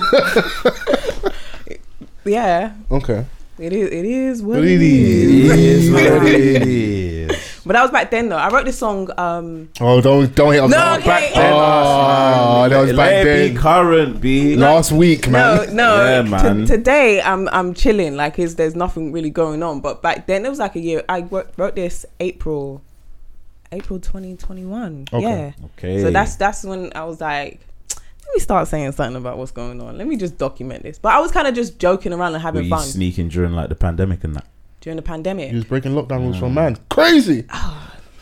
G: Yeah,
E: Okay.
G: it is. It is what
E: What
G: it
E: it
G: is.
E: is.
D: [LAUGHS]
G: But that was back then, though. I wrote this song. Um,
E: Oh, don't don't hit us.
G: No,
E: up.
G: okay. Back then, Ah,
E: Oh, that was back
D: Let it be
E: then.
D: current, be
E: Last week,
G: no,
E: man.
G: no.
D: Yeah,
G: t-
D: man.
G: today, I'm I'm chilling. Like, is there's nothing really going on. But back then, it was like a year. I wrote, wrote this April, April 2021.
E: Okay.
G: Yeah.
D: Okay.
G: So that's that's when I was like, let me start saying something about what's going on. Let me just document this. But I was kind of just joking around and
D: were
G: having
D: you
G: fun
D: sneaking during like the pandemic and that
G: during the pandemic.
E: He was breaking lockdown rules for a man. Crazy.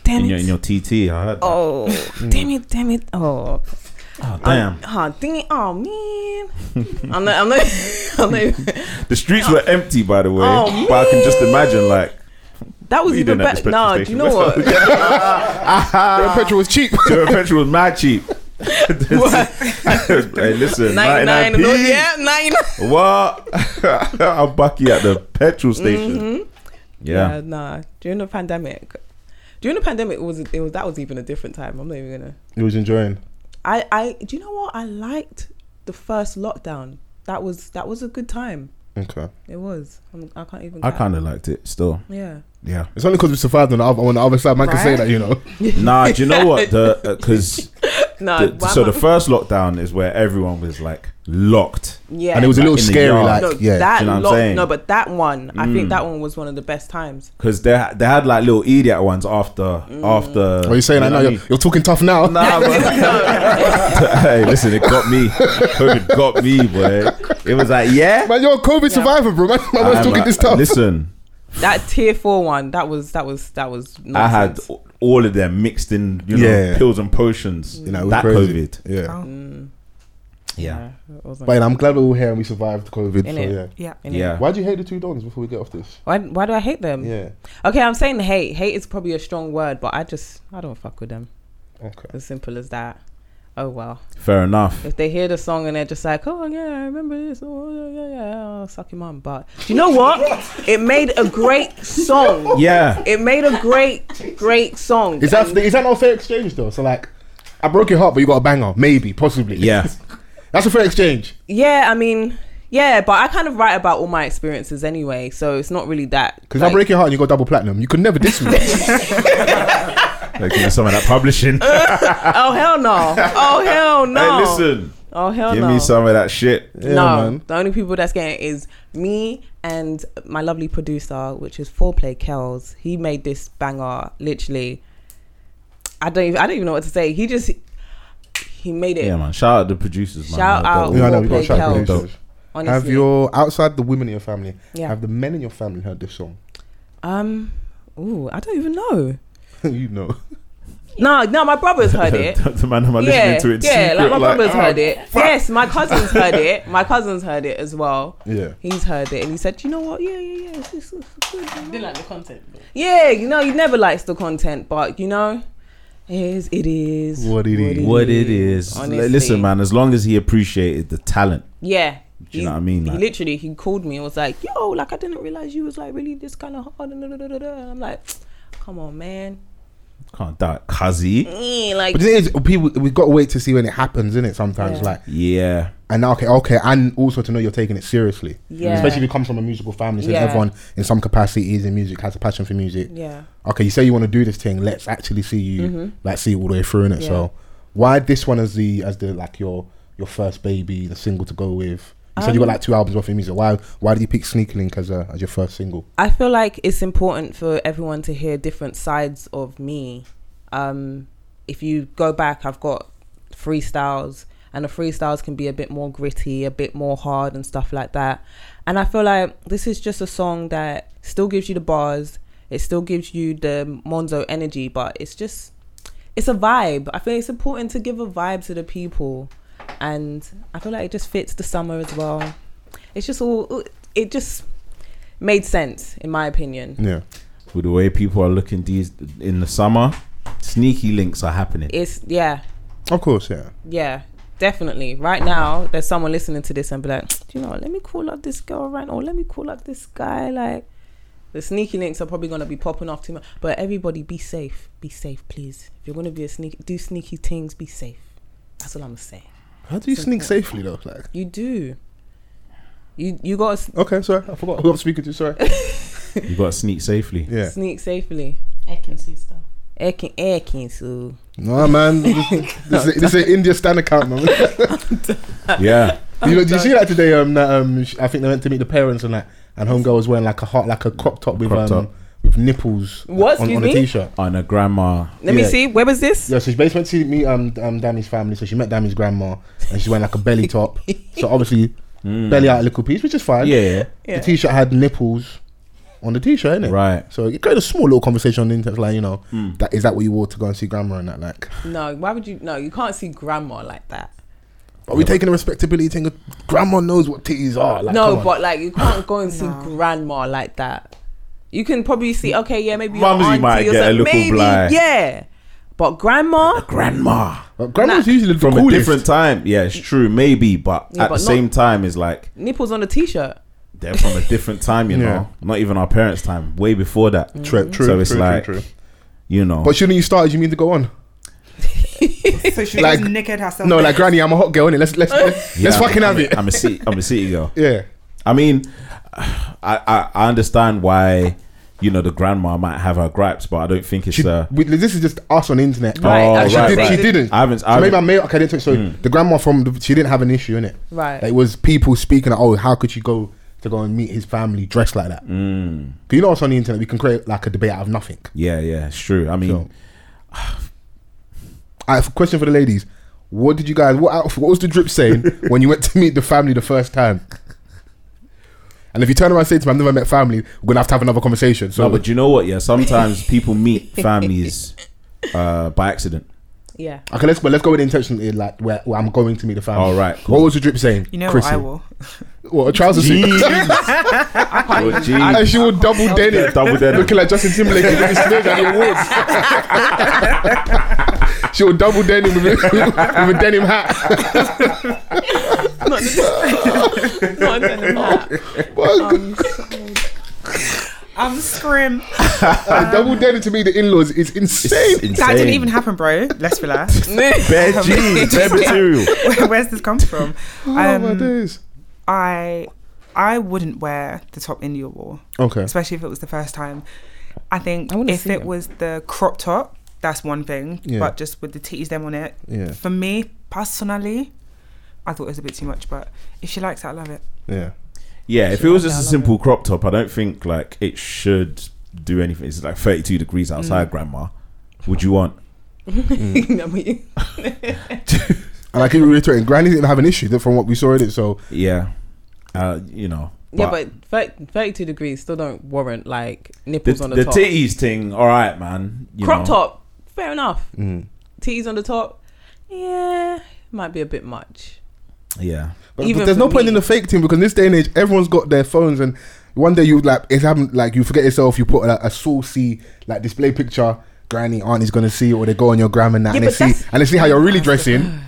G: Damn
D: in
G: it.
D: your, in your TT. I heard. Oh,
G: Oh,
D: [LAUGHS]
G: damn it, damn it. Oh,
D: oh damn!
G: oh, dang it. Oh, man. I'm not, I'm not, [LAUGHS] I'm not even,
D: The streets were empty, by the way.
G: Oh,
D: but I can just
G: man.
D: imagine like
G: that
D: What
G: was
D: are you
G: even
D: doing at this petrol
G: better. Nah, do you
D: station?
G: know what?
D: [LAUGHS]
E: Your petrol was cheap.
G: [LAUGHS]
D: your petrol was mad cheap.
G: What? [LAUGHS]
D: hey, listen,
G: 99
D: 99
G: and all,
D: p.
G: yeah, 99.
D: What? [LAUGHS] I'm Bucky at the petrol station.
G: Mm-hmm. Yeah.
D: Yeah.
G: nah, during the pandemic, during the pandemic, it was, it was, that was even a different time. I'm not even gonna,
E: He was enjoying.
G: I, I, do you know what? I liked the first lockdown. That was, that was a good time.
E: Okay.
G: It was. I'm, I can't even,
D: I kind of liked it still.
G: yeah.
D: Yeah.
E: It's only because we survived on the other, on the other side. Man can say
F: Right?
E: that, you know.
D: Nah, do you know what?
G: [LAUGHS]
D: The because
G: No, why
D: so
G: am I-
D: the first lockdown is where everyone was like locked.
G: [LAUGHS] yeah.
E: and it was a
D: Like
E: little
D: in the
E: scary,
D: yard.
E: like
G: no,
E: yeah.
G: that
D: you know what I'm
G: lock-
D: saying? Mm.
G: no, but that one, I think that one was one of the best times.
D: Because they they had like little idiot ones after
G: Mm.
D: after.
E: Are you saying I know
D: what
E: you're,
D: mean?
E: you're talking tough now?
G: [LAUGHS]
D: Nah, bro. [LAUGHS] hey, listen, it got me. COVID got me, boy. It was like, yeah.
E: Man, you're a COVID survivor, bro. Man, [LAUGHS] man was
D: I'm
E: talking
D: like,
E: this tough.
D: Listen,
G: That tier four one, that was that was that was. Nonsense.
D: I had all of them mixed in, you know,
E: Yeah.
D: pills and potions.
E: You know, it was
D: that
E: crazy.
D: COVID.
E: Yeah.
F: Oh,
D: Yeah,
G: It wasn't-
E: But yeah, I'm glad we're all here and we survived COVID. So
G: Innit?
E: yeah.
F: yeah.
G: innit?
D: yeah.
E: Why do you hate the two dons before we get off this?
G: Why, why do I hate them?
E: Yeah.
G: Okay, I'm saying hate. Hate is probably a strong word, but I just I don't fuck with them.
E: Okay.
G: As simple as that. oh well.
D: Fair enough.
G: If they hear the song and they're just like, oh yeah, I remember this. Oh yeah, yeah, yeah. Oh, suck your mum. But do you know what? it made a great song. [LAUGHS]
D: Yeah.
G: It made a great, great song.
E: Is that is that not fair exchange though? So like, I broke your heart, but you got a banger, maybe, possibly.
D: Yeah.
E: [LAUGHS] that's a fair exchange.
G: yeah, I mean, yeah, but I kind of write about all my experiences anyway, so it's not really that.
E: Because
G: like-
E: I break your heart and you got double platinum. You could never diss
G: [LAUGHS]
E: me.
D: Like, give me some of that
G: [LAUGHS]
D: publishing.
G: Oh hell no! Oh hell no!
D: [LAUGHS] Hey, listen.
G: Oh hell
D: Give
G: no!
D: me some of that shit.
G: no,
E: man.
G: the only people that's getting it is me and my lovely producer, which is Foreplay Kells. He made this banger. Literally, I don't even I don't even know what to say. He just he made it.
D: Yeah, man. Shout out the producers, man.
G: Shout
D: Like,
G: out.
D: that
E: yeah, I know.
G: Well
E: We got
G: played,
E: shout out
G: Kel.
E: producers.
G: honestly,
E: Have your outside the women in your family.
G: Yeah.
E: Have the men in your family heard this song? [LAUGHS]
G: um. Ooh, I don't even know.
E: you know.
G: No, no, my brother's heard it.
D: was- [LAUGHS] the man, am I
G: yeah,
D: listening to it? in
G: yeah, like
D: secret,
G: my brother's
D: ah,
G: heard it. Yes, my cousin's heard it. My cousin's heard it as well.
E: Yeah.
G: He's heard it and he said, you know what? Yeah, yeah, yeah. It's, it's, it's good. Didn't like the content. Yeah, you know, he never likes the content, but you know, it is. It is
E: What it is.
D: ah, What it is. L-
G: Honestly.
D: Listen, man. As long as he appreciated the talent,
G: Yeah.
D: Do you know what I mean?
G: He
D: Like-
G: literally he called me and was like, "Yo, like I didn't realize you was like really this kind of hard." And da- da- da- da- da." And I'm like, "Come on, man."
D: can't doubt Kazi.
G: Eh, Like,
E: But the thing is, people we've got to wait to see when it happens, innit? Sometimes,
G: Yeah.
E: like,
D: Yeah.
E: and okay, okay, and also to know you're taking it seriously.
G: Yeah.
E: Especially if you come from a musical family, so
G: Yeah.
E: everyone in some capacity is in music, has a passion for music.
G: yeah. Mm-hmm.
E: Okay, you say you want to do this thing. Let's actually see you, like, see all the way through in it.
G: Yeah.
E: So, why this one as the as the like your your first baby, the single to go with? You
G: Um,
E: said you got like two albums worth of music. Why why did you pick Sneak Link as a, as your first single?
G: I feel like it's important for everyone to hear different sides of me. Um, if you go back, I've got freestyles, and the freestyles can be a bit more gritty, a bit more hard, and stuff like that. And I feel like this is just a song that still gives you the bars, it still gives you the Monzo energy, but it's just it's a vibe. I feel it's important to give a vibe to the people, and I feel like it just fits the summer as well. It's just all it just made sense in my opinion.
E: Yeah,
D: With the way people are looking these in the summer, sneaky links are happening.
G: It's yeah,
E: of course, yeah.
G: yeah, definitely. Right now, there's someone listening to this and be like, "Do you know, what? let me call up this girl right, or let me call up this guy. Like, the sneaky links are probably gonna be popping off too much. But everybody, be safe. Be safe, please. If you're gonna be a sneak, do sneaky things. Be safe. That's all I'm saying.
E: How do you sneak safely though? Like,
G: You do. You you gotta s-
E: okay, sorry, I forgot who I'm speaking to. Sorry.
D: You gotta sneak safely.
E: [LAUGHS] Yeah.
G: sneak safely. Ekin Ekin so
E: No man, this, this, is- this is an India Stan account, [LAUGHS] man.
D: [LAUGHS] Yeah.
E: you know, do you see that today? Um, that um, sh- I think they went to meet the parents and that, and homegirl was wearing like a hot, like a crop top with
D: Crop
E: um,
D: top.
E: with nipples
G: What?
E: on,
G: Excuse
E: on a
G: me?
E: t-shirt.
D: On a grandma.
G: Let me
E: Yeah.
G: see. Where was this?
E: Yeah, so she basically went to meet um, um Danny's family. So she met Danny's grandma, and she's wearing like a belly
G: [LAUGHS]
E: top. so obviously,
D: Hmm.
E: belly out a little piece, which is fine.
D: Yeah.
G: Yeah.
E: the t-shirt had nipples on the t-shirt, innit?
D: Right.
E: So it created a small little conversation on the internet, like you know,
D: Hmm.
E: that is that what you wore to go and see grandma and that, like.
G: No, why would you? No, you can't see grandma like that.
E: Are we taking the respectability thing? of- Grandma knows what titties are. Like,
G: no,
E: come on.
G: but like you can't go and see grandma like that. You can probably see, okay, yeah, maybe your
D: Mumsy
G: auntie
D: might
G: or
D: get a
G: something.
D: little
G: maybe,
D: bly.
G: yeah, but grandma,
D: Grandma.
E: But grandma's usually the
D: From a
E: coolest.
D: different time. Yeah, it's true, maybe, but
G: Yeah,
D: at
G: but
D: the
G: not-
D: same time it's like
G: nipples on a t-shirt.
D: they're from a different time, you
E: Yeah.
D: know. Not even our parents' time. Way before that.
E: True, true,
D: So it's
E: true, true,
D: like
E: true.
D: you know
E: But shouldn't you start as you mean to go on?
F: [LAUGHS] So she
E: Like-
F: just nickered herself.
E: No, like granny, I'm a hot girl, innit? Let's [LAUGHS] let's let's,
D: Yeah,
E: let's
D: I'm-
E: fucking
D: I'm,
E: have it.
D: I'm a city I'm a city girl.
E: [LAUGHS] yeah.
D: I mean, [SIGHS] I, I I understand why you know the grandma might have her gripes, but I don't think it's
E: She,
D: uh,
E: we, this is just us on the internet.
G: Right,
D: Oh,
G: I
E: And she,
G: right,
E: did,
G: right.
E: she didn't.
D: I haven't-
E: So
D: I
E: maybe
D: haven't-
E: I
D: Hmm.
E: may. Okay, I didn't. So the grandma from the, she didn't have an issue in it.
G: Right.
E: It was people speaking. Oh, how could you go to go and meet his family dressed like that? Mm.
D: Hmm.
E: You know what's on the internet? We can create like a debate out of nothing.
D: yeah, yeah, it's true. I mean,
E: So- [SIGHS] I have a question for the ladies. What did you guys? What outfit, what was the drip [LAUGHS] saying when you went to meet the family the first time? And if you turn around and say to me, "I've never met family," we're gonna have to have another conversation. So,
D: no, but you know what? Yeah, sometimes people meet families uh, by accident.
G: Yeah,
E: okay, let's but let's go with the intention here, like where, where I'm going to meet the family.
D: All right,
E: What was the drip saying?
F: you know what I
E: Chrissy?
F: wore?
E: What a trouser suit.
D: Oh, gee.
E: [LAUGHS] and she will [LAUGHS] double dead it,
D: Double dead.
E: looking like Justin Timberlake in the stage at the awards. She'll double denim with a, with a [LAUGHS] denim hat.
G: Not in that.
F: Oh, I'm screaming.
E: double denim to me, the in-laws is insane.
D: It's
F: That
D: insane.
F: didn't even happen, bro. Let's relax.
D: Bare jeans, bare material.
F: [LAUGHS] Where- Where's this come from?
E: [LAUGHS] oh my
F: Um,
E: days.
F: I I wouldn't wear the top India wore,
E: Okay.
F: especially if it was the first time. I think
G: I wanna
F: if
G: see
F: it
G: it.
F: was the crop top, that's one thing.
E: Yeah.
F: But just with the titties them on it,
E: Yeah.
F: for me personally, I thought it was a bit too much. But if she likes it, I love it.
E: Yeah.
D: Yeah, if it was
G: Yeah,
D: just
G: I
D: a
G: love
D: simple crop top, I don't think like it should do anything. It's like 32 degrees
G: Mm.
D: outside, grandma. Would you want?
G: [LAUGHS] I mean,
E: And I keep reiterating, Granny didn't have an issue that from what we saw in it. So
D: Yeah, uh, you know.
G: yeah, but 30, 32 degrees still don't warrant like
D: the,
G: nipples on the,
D: the
G: top.
D: titties thing, all right, man. You
G: Crop
D: know.
G: top, fair enough.
E: Mm.
G: T's on the top, yeah, might be a bit much.
D: Yeah,
E: But,
G: Even
E: but there's
G: for
E: no point
G: me.
E: in the fake team because in this day and age, everyone's got their phones, and one day you like it's happened like you forget yourself. You put like, a saucy like display picture. Granny, auntie's gonna see, it, or they go on your gram and that,
G: Yeah,
E: and they
G: but
E: see,
G: that's-
E: and they see how you're really dressing.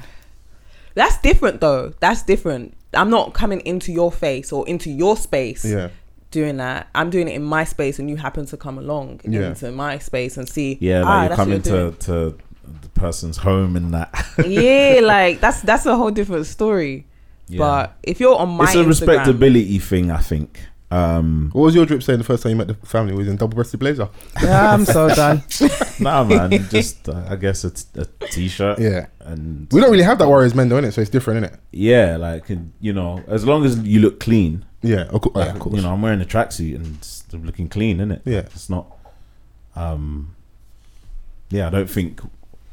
G: That's different though. That's different. I'm not coming into your face or into your space
E: Yeah,
G: doing that. I'm doing it in my space, and you happen to come along
E: Yeah.
G: into my space and see.
D: yeah. Like
G: ah,
D: you're
G: that's what
D: coming
G: you're doing.
D: to to the person's home and that. [LAUGHS]
G: yeah, like that's that's a whole different story.
D: Yeah.
G: But if you're on my
D: it's a
G: Instagram-
D: respectability thing, I think.
G: [LAUGHS]
D: Um,
E: what was your drip saying the first time you met the family? Was in double breasted blazer.
I: Yeah, I'm so done.
D: nah, man. Just uh, I guess a, t- a t-shirt.
E: Yeah,
D: and
E: we don't really have that worry as men, though, innit? So it's different, innit?
D: Yeah, like and, you know, as long as you look clean.
E: Yeah, of, cou- oh, yeah,
D: like,
E: of course.
D: You know, I'm wearing a tracksuit and it's looking clean, isn't it?
E: Yeah.
D: It's not. Um. Yeah, I don't think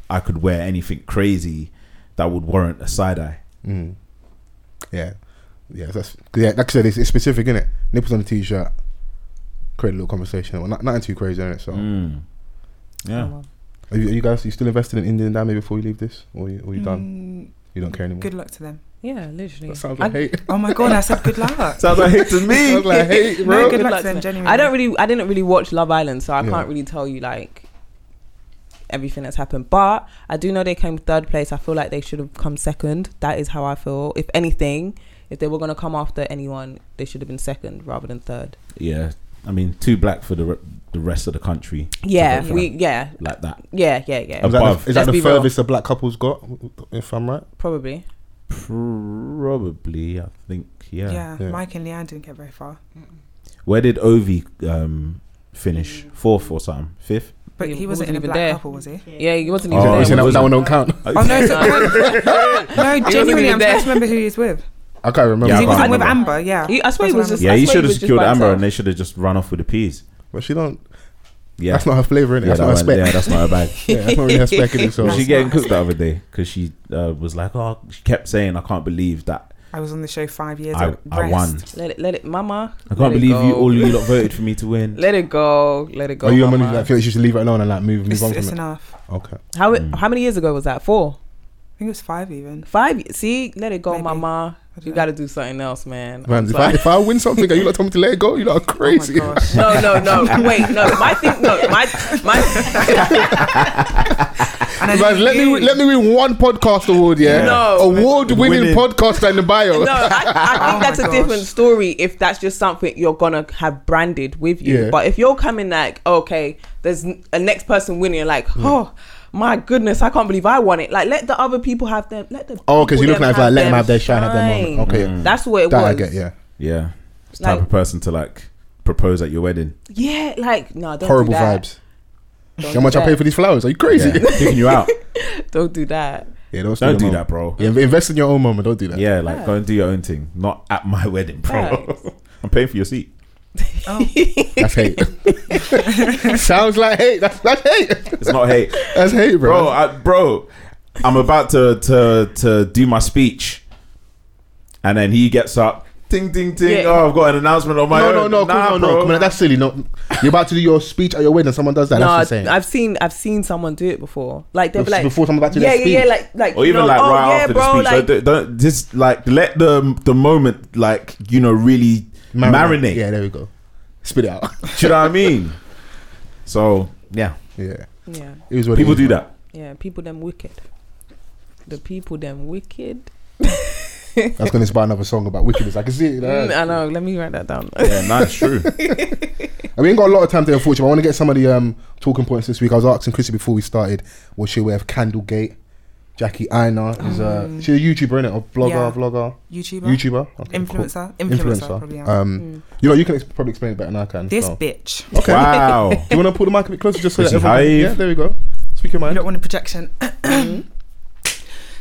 D: I could wear anything crazy that would warrant a side eye.
E: Mm. Yeah, yeah. That's 'cause yeah. Like I said, it's, it's specific, innit? Nipples on the t-shirt. Create a little conversation. Well, not, nothing too crazy, innit? So.
D: Mm. Yeah.
E: Are you, are you guys are you still invested in Indian Dad maybe before you leave this? Or you, or you done?
F: Mm,
E: You don't care anymore?
F: Good luck to them.
G: yeah, literally.
E: That sounds like [LAUGHS]
G: I,
E: hate.
F: Oh my god, I said good luck.
D: Sounds like hate to me.
E: sounds like hate,
F: No,
E: bro.
F: good,
G: Good
F: luck,
G: luck
F: to them,
G: to
F: genuinely.
G: I
D: Mm.
G: don't really, I didn't really watch Love Island, so I
E: Yeah.
G: can't really tell you like everything that's happened. But I do know they came third place. I feel like they should have come second. That is how I feel. If anything, if they were gonna come after anyone, they should have been second rather than third.
D: Yeah. I mean, too black for the re- the rest of the country
G: Yeah,
D: Okay.
G: we, yeah,
D: like that.
G: yeah, yeah, yeah.
E: Is that
D: Above.
E: the, is that
G: Let's
E: the
G: be real.
E: furthest a black couple's got? If I'm right,
G: Probably.
D: Probably, I think. Yeah.
F: Yeah,
E: Yeah.
F: Mike and Leanne didn't get very far,
D: Where did Ovi um, finish? Fourth or something? Fifth?
F: but
G: He
F: he wasn't
G: wasn't
F: in a
G: even
F: black
G: there.
F: couple, was he?
G: Yeah, he wasn't even
D: Oh,
E: you
G: there.
E: saying that,
D: wasn't.
E: that one don't count?
F: Oh
D: [LAUGHS]
F: no, so- no, genuinely,
G: even
F: I'm
G: there.
F: trying to remember who he was with.
E: I can't remember.
D: Yeah,
F: he
D: I can't
F: wasn't with
D: remember.
F: Amber, yeah.
G: He- I swear he
F: That's
G: was
F: what
G: just.
F: I
D: yeah,
G: I
D: he
G: swear
D: should have
G: was
D: just
G: just
D: killed
G: by
D: Amber
G: himself.
D: and they should have just run off with the peas.
E: But she don't.
D: Yeah.
E: That's not her flavor, innit?
D: yeah,
E: that's
D: that
E: not her
D: one,
E: spec.
D: yeah,
E: [LAUGHS]
D: that's not her bag.
E: Yeah, that's not really her spec, innit? So
D: Was she getting cooked the other day because she uh, was like, "Oh," she kept saying, "I can't believe that
F: I was on the show five years
D: I,
F: at
D: I
F: rest.
D: won.
G: Let it, let it, mama.
D: I
G: let
D: can't
G: it
D: believe
G: go.
D: you all you lot voted for me to win."
G: Let it go. Let it go.
E: are you on
G: mama.
E: money? Like, feel like you should leave it alone and like move, move
F: It's,
E: on
F: it's
E: from it.
F: enough.
E: Okay.
G: How
D: Mm.
G: how many years ago was that? Four,
F: I think it was five
E: [LAUGHS]
F: even. Oh
G: five. See, let it go,
F: Maybe.
G: mama.
F: I don't
G: You
F: know.
G: got to do something else, man.
E: Man,
G: I'm
E: if I,
G: sorry.
E: if I win something and you lot tell me to let it go, you
G: [LAUGHS]
E: lot are crazy.
F: Oh my gosh.
G: no, no, no. Wait, no. My thing, no. My
E: [LAUGHS]
G: my.
F: And I
E: [LAUGHS] Guys, let me let me win one podcast award, yeah.
G: No.
E: Award winning
D: Winning.
E: podcast in the bio.
G: No, I, I
F: Oh
G: think that's
F: my
G: a
F: gosh.
G: different story if that's just something you're gonna have branded with you.
E: Yeah.
G: But if you're coming like, okay, there's n- a next person winning, you're like, oh my goodness, I can't believe I won it. Like, let the other people have them. Let the
E: Oh, because you're
G: people
E: looking at it
G: them
E: like let them have their shine, have their moment. Okay,
D: Mm.
G: That's what it
E: that I
G: was.
E: get. Yeah,
D: Yeah, it's the type
G: Like-
D: of person to like propose at your wedding.
G: Yeah, like no, don't
E: horrible
G: do that.
E: vibes.
G: Don't
E: How much
G: do
E: I pay
G: that.
E: for these flowers? Are you crazy?
D: Yeah, kicking you out.
G: Don't do that.
E: [LAUGHS] Yeah,
D: Don't do
E: your
D: that, bro.
E: mom. Yeah, invest in your own moment. Don't do that.
D: Yeah, like go and do your own thing. Not at my [LAUGHS] wedding, bro.
G: Facts.
D: [LAUGHS] I'm paying for your seat.
E: That's hate. [LAUGHS] Sounds like hate. That's, that's hate.
D: It's not
E: [LAUGHS]
D: hate.
E: That's hate, bro.
D: bro. I, bro, I'm about to to to do my speech, and then he gets up, ding ding ding.
G: Yeah.
D: Oh, I've got an announcement on my
E: no, no,
D: own.
E: no,
D: Nah,
E: no, no,
D: bro.
E: Come on, that's silly. No, you're about to do your speech at your wedding. Someone does that. that's
G: no,
E: insane.
G: I've seen I've seen someone do it before. Like they're
E: Bef-
G: like
E: before someone back to
G: yeah,
E: their
G: yeah, yeah,
E: speech.
G: like like
D: or even
G: no,
D: like
G: oh,
D: right
G: yeah,
D: after
G: bro,
D: the speech,
G: like,
D: don't, don't just like let the the moment like you know really marinate.
E: Yeah, there we go. Spit it out.
D: Do you know what I mean? So yeah,
E: yeah,
G: yeah,
E: it was what it
D: people
E: is,
D: do
E: man.
D: that.
G: Yeah, people them wicked. The people them wicked.
E: That's gonna inspire another song about wickedness. I can see it.
G: Mm, I
E: Uh,
G: know. Let me write that down.
D: [LAUGHS] Yeah, no, it's true.
E: we ain't got a lot of time today, unfortunately. I want to get some of the um, talking points this week. I was asking Chrissy before we started, was she aware of Candlegate? Jackie Aina is uh, she's a YouTuber, innit? Or blogger,
F: Um, Yeah.
E: vlogger,
F: YouTuber,
E: YouTuber, Okay, cool.
F: influencer, influencer, probably. Yeah. Mm.
G: Mm,
E: Um, you know, you can ex- probably explain it better than I can.
F: this
E: so.
F: bitch.
E: Okay.
D: [LAUGHS] Wow.
E: Do you want to pull the mic a bit closer just so that
D: Chrissy
E: everyone?
D: Hive.
E: Yeah, there we go. Speak your
F: You
E: mind.
F: don't want a projection. [CLEARS THROAT]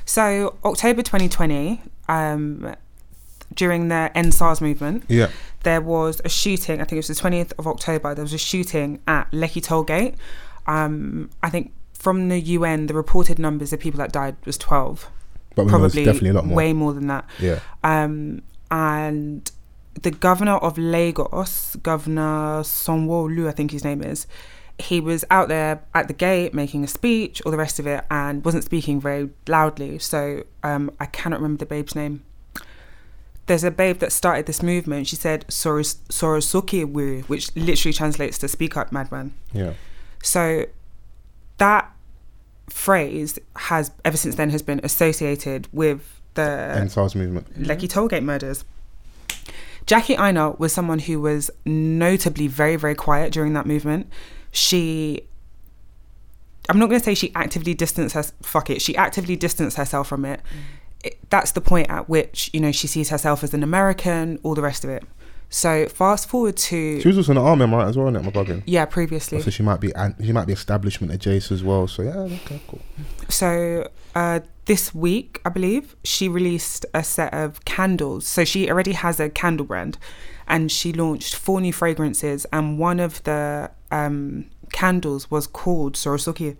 F: so October 2020, um, during the End SARS movement,
E: Yeah.
F: there was a shooting. I think it was the 20th of October. There was a shooting at Lecky Tollgate. Um, I think from the UN, the reported numbers of people that died was 12.
E: But we know it's
F: Probably
E: definitely a lot more.
F: way more than that.
E: yeah.
F: Um, and the governor of Lagos, Governor Sanwo-Olu, I think his name is, he was out there at the gate making a speech, all the rest of it, and wasn't speaking very loudly. So um, I cannot remember the babe's name. There's a babe that started this movement. She said "Soros- Sorosokewu, which literally translates to "Speak Up, Madman."
E: Yeah.
F: So that phrase has ever since then has been associated with the
E: End SARS movement.
F: Lecky Tollgate murders. Jackie Einar was someone who was notably very, very quiet during that movement. She, I'm not going to say she actively distanced her. Fuck it, she actively distanced herself from it. it. That's the point at which you know she sees herself as an American, all the rest of it. So fast forward to
E: She was also in the army, am I right, as well, innit? Am I bugging?
F: yeah, previously.
E: So she might be an- she might be establishment adjacent as well. So yeah, okay, cool.
F: So uh, this week, I believe, she released a set of candles. So she already has a candle brand, and she launched four new fragrances. And one of the um, candles was called Sorosuke.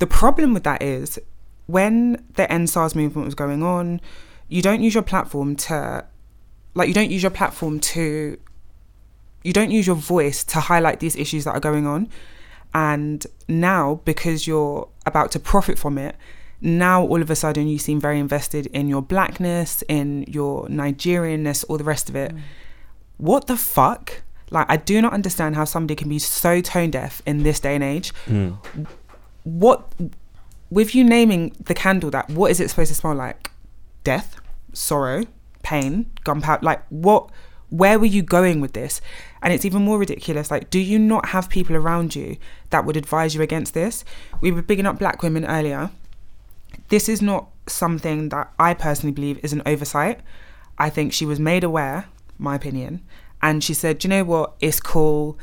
F: The problem with that is when the End SARS movement was going on, you don't use your platform to, like, you don't use your platform to, you don't use your voice to highlight these issues that are going on. And now, because you're about to profit from it, now all of a sudden you seem very invested in your blackness, in your Nigerianness, all the rest of it. What the fuck? Like, I do not understand how somebody can be so tone deaf in this day and age. What, with you naming the candle that, what is it supposed to smell like? Death, sorrow, pain, gunpowder. Like, what, where were you going with this? And it's even more ridiculous. Like, do you not have people around you that would advise you against this? We were bigging up black women earlier. This is not something that I personally believe is an oversight. I think she was made aware, my opinion, and she said, "Do you know what? It's cool.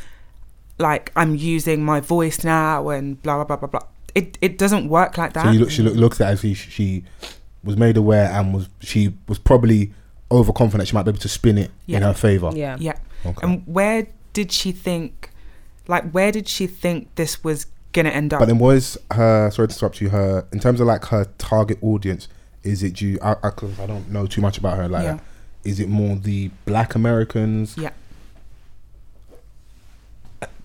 F: Like I'm using my voice now, and blah blah blah blah blah." It it doesn't work like that.
E: So you look, she look, looks at it as she, she was made aware and was she was probably overconfident she might be able to spin it in
F: Yeah.
E: her favor.
G: Yeah.
F: yeah.
E: Okay.
F: And where did she think? Like, where did she think this was gonna end up?
E: But then was her sorry to interrupt you her in terms of like her target audience is it you I, I, 'cause I don't know too much about her like
F: Yeah.
E: is it more the black Americans
F: yeah.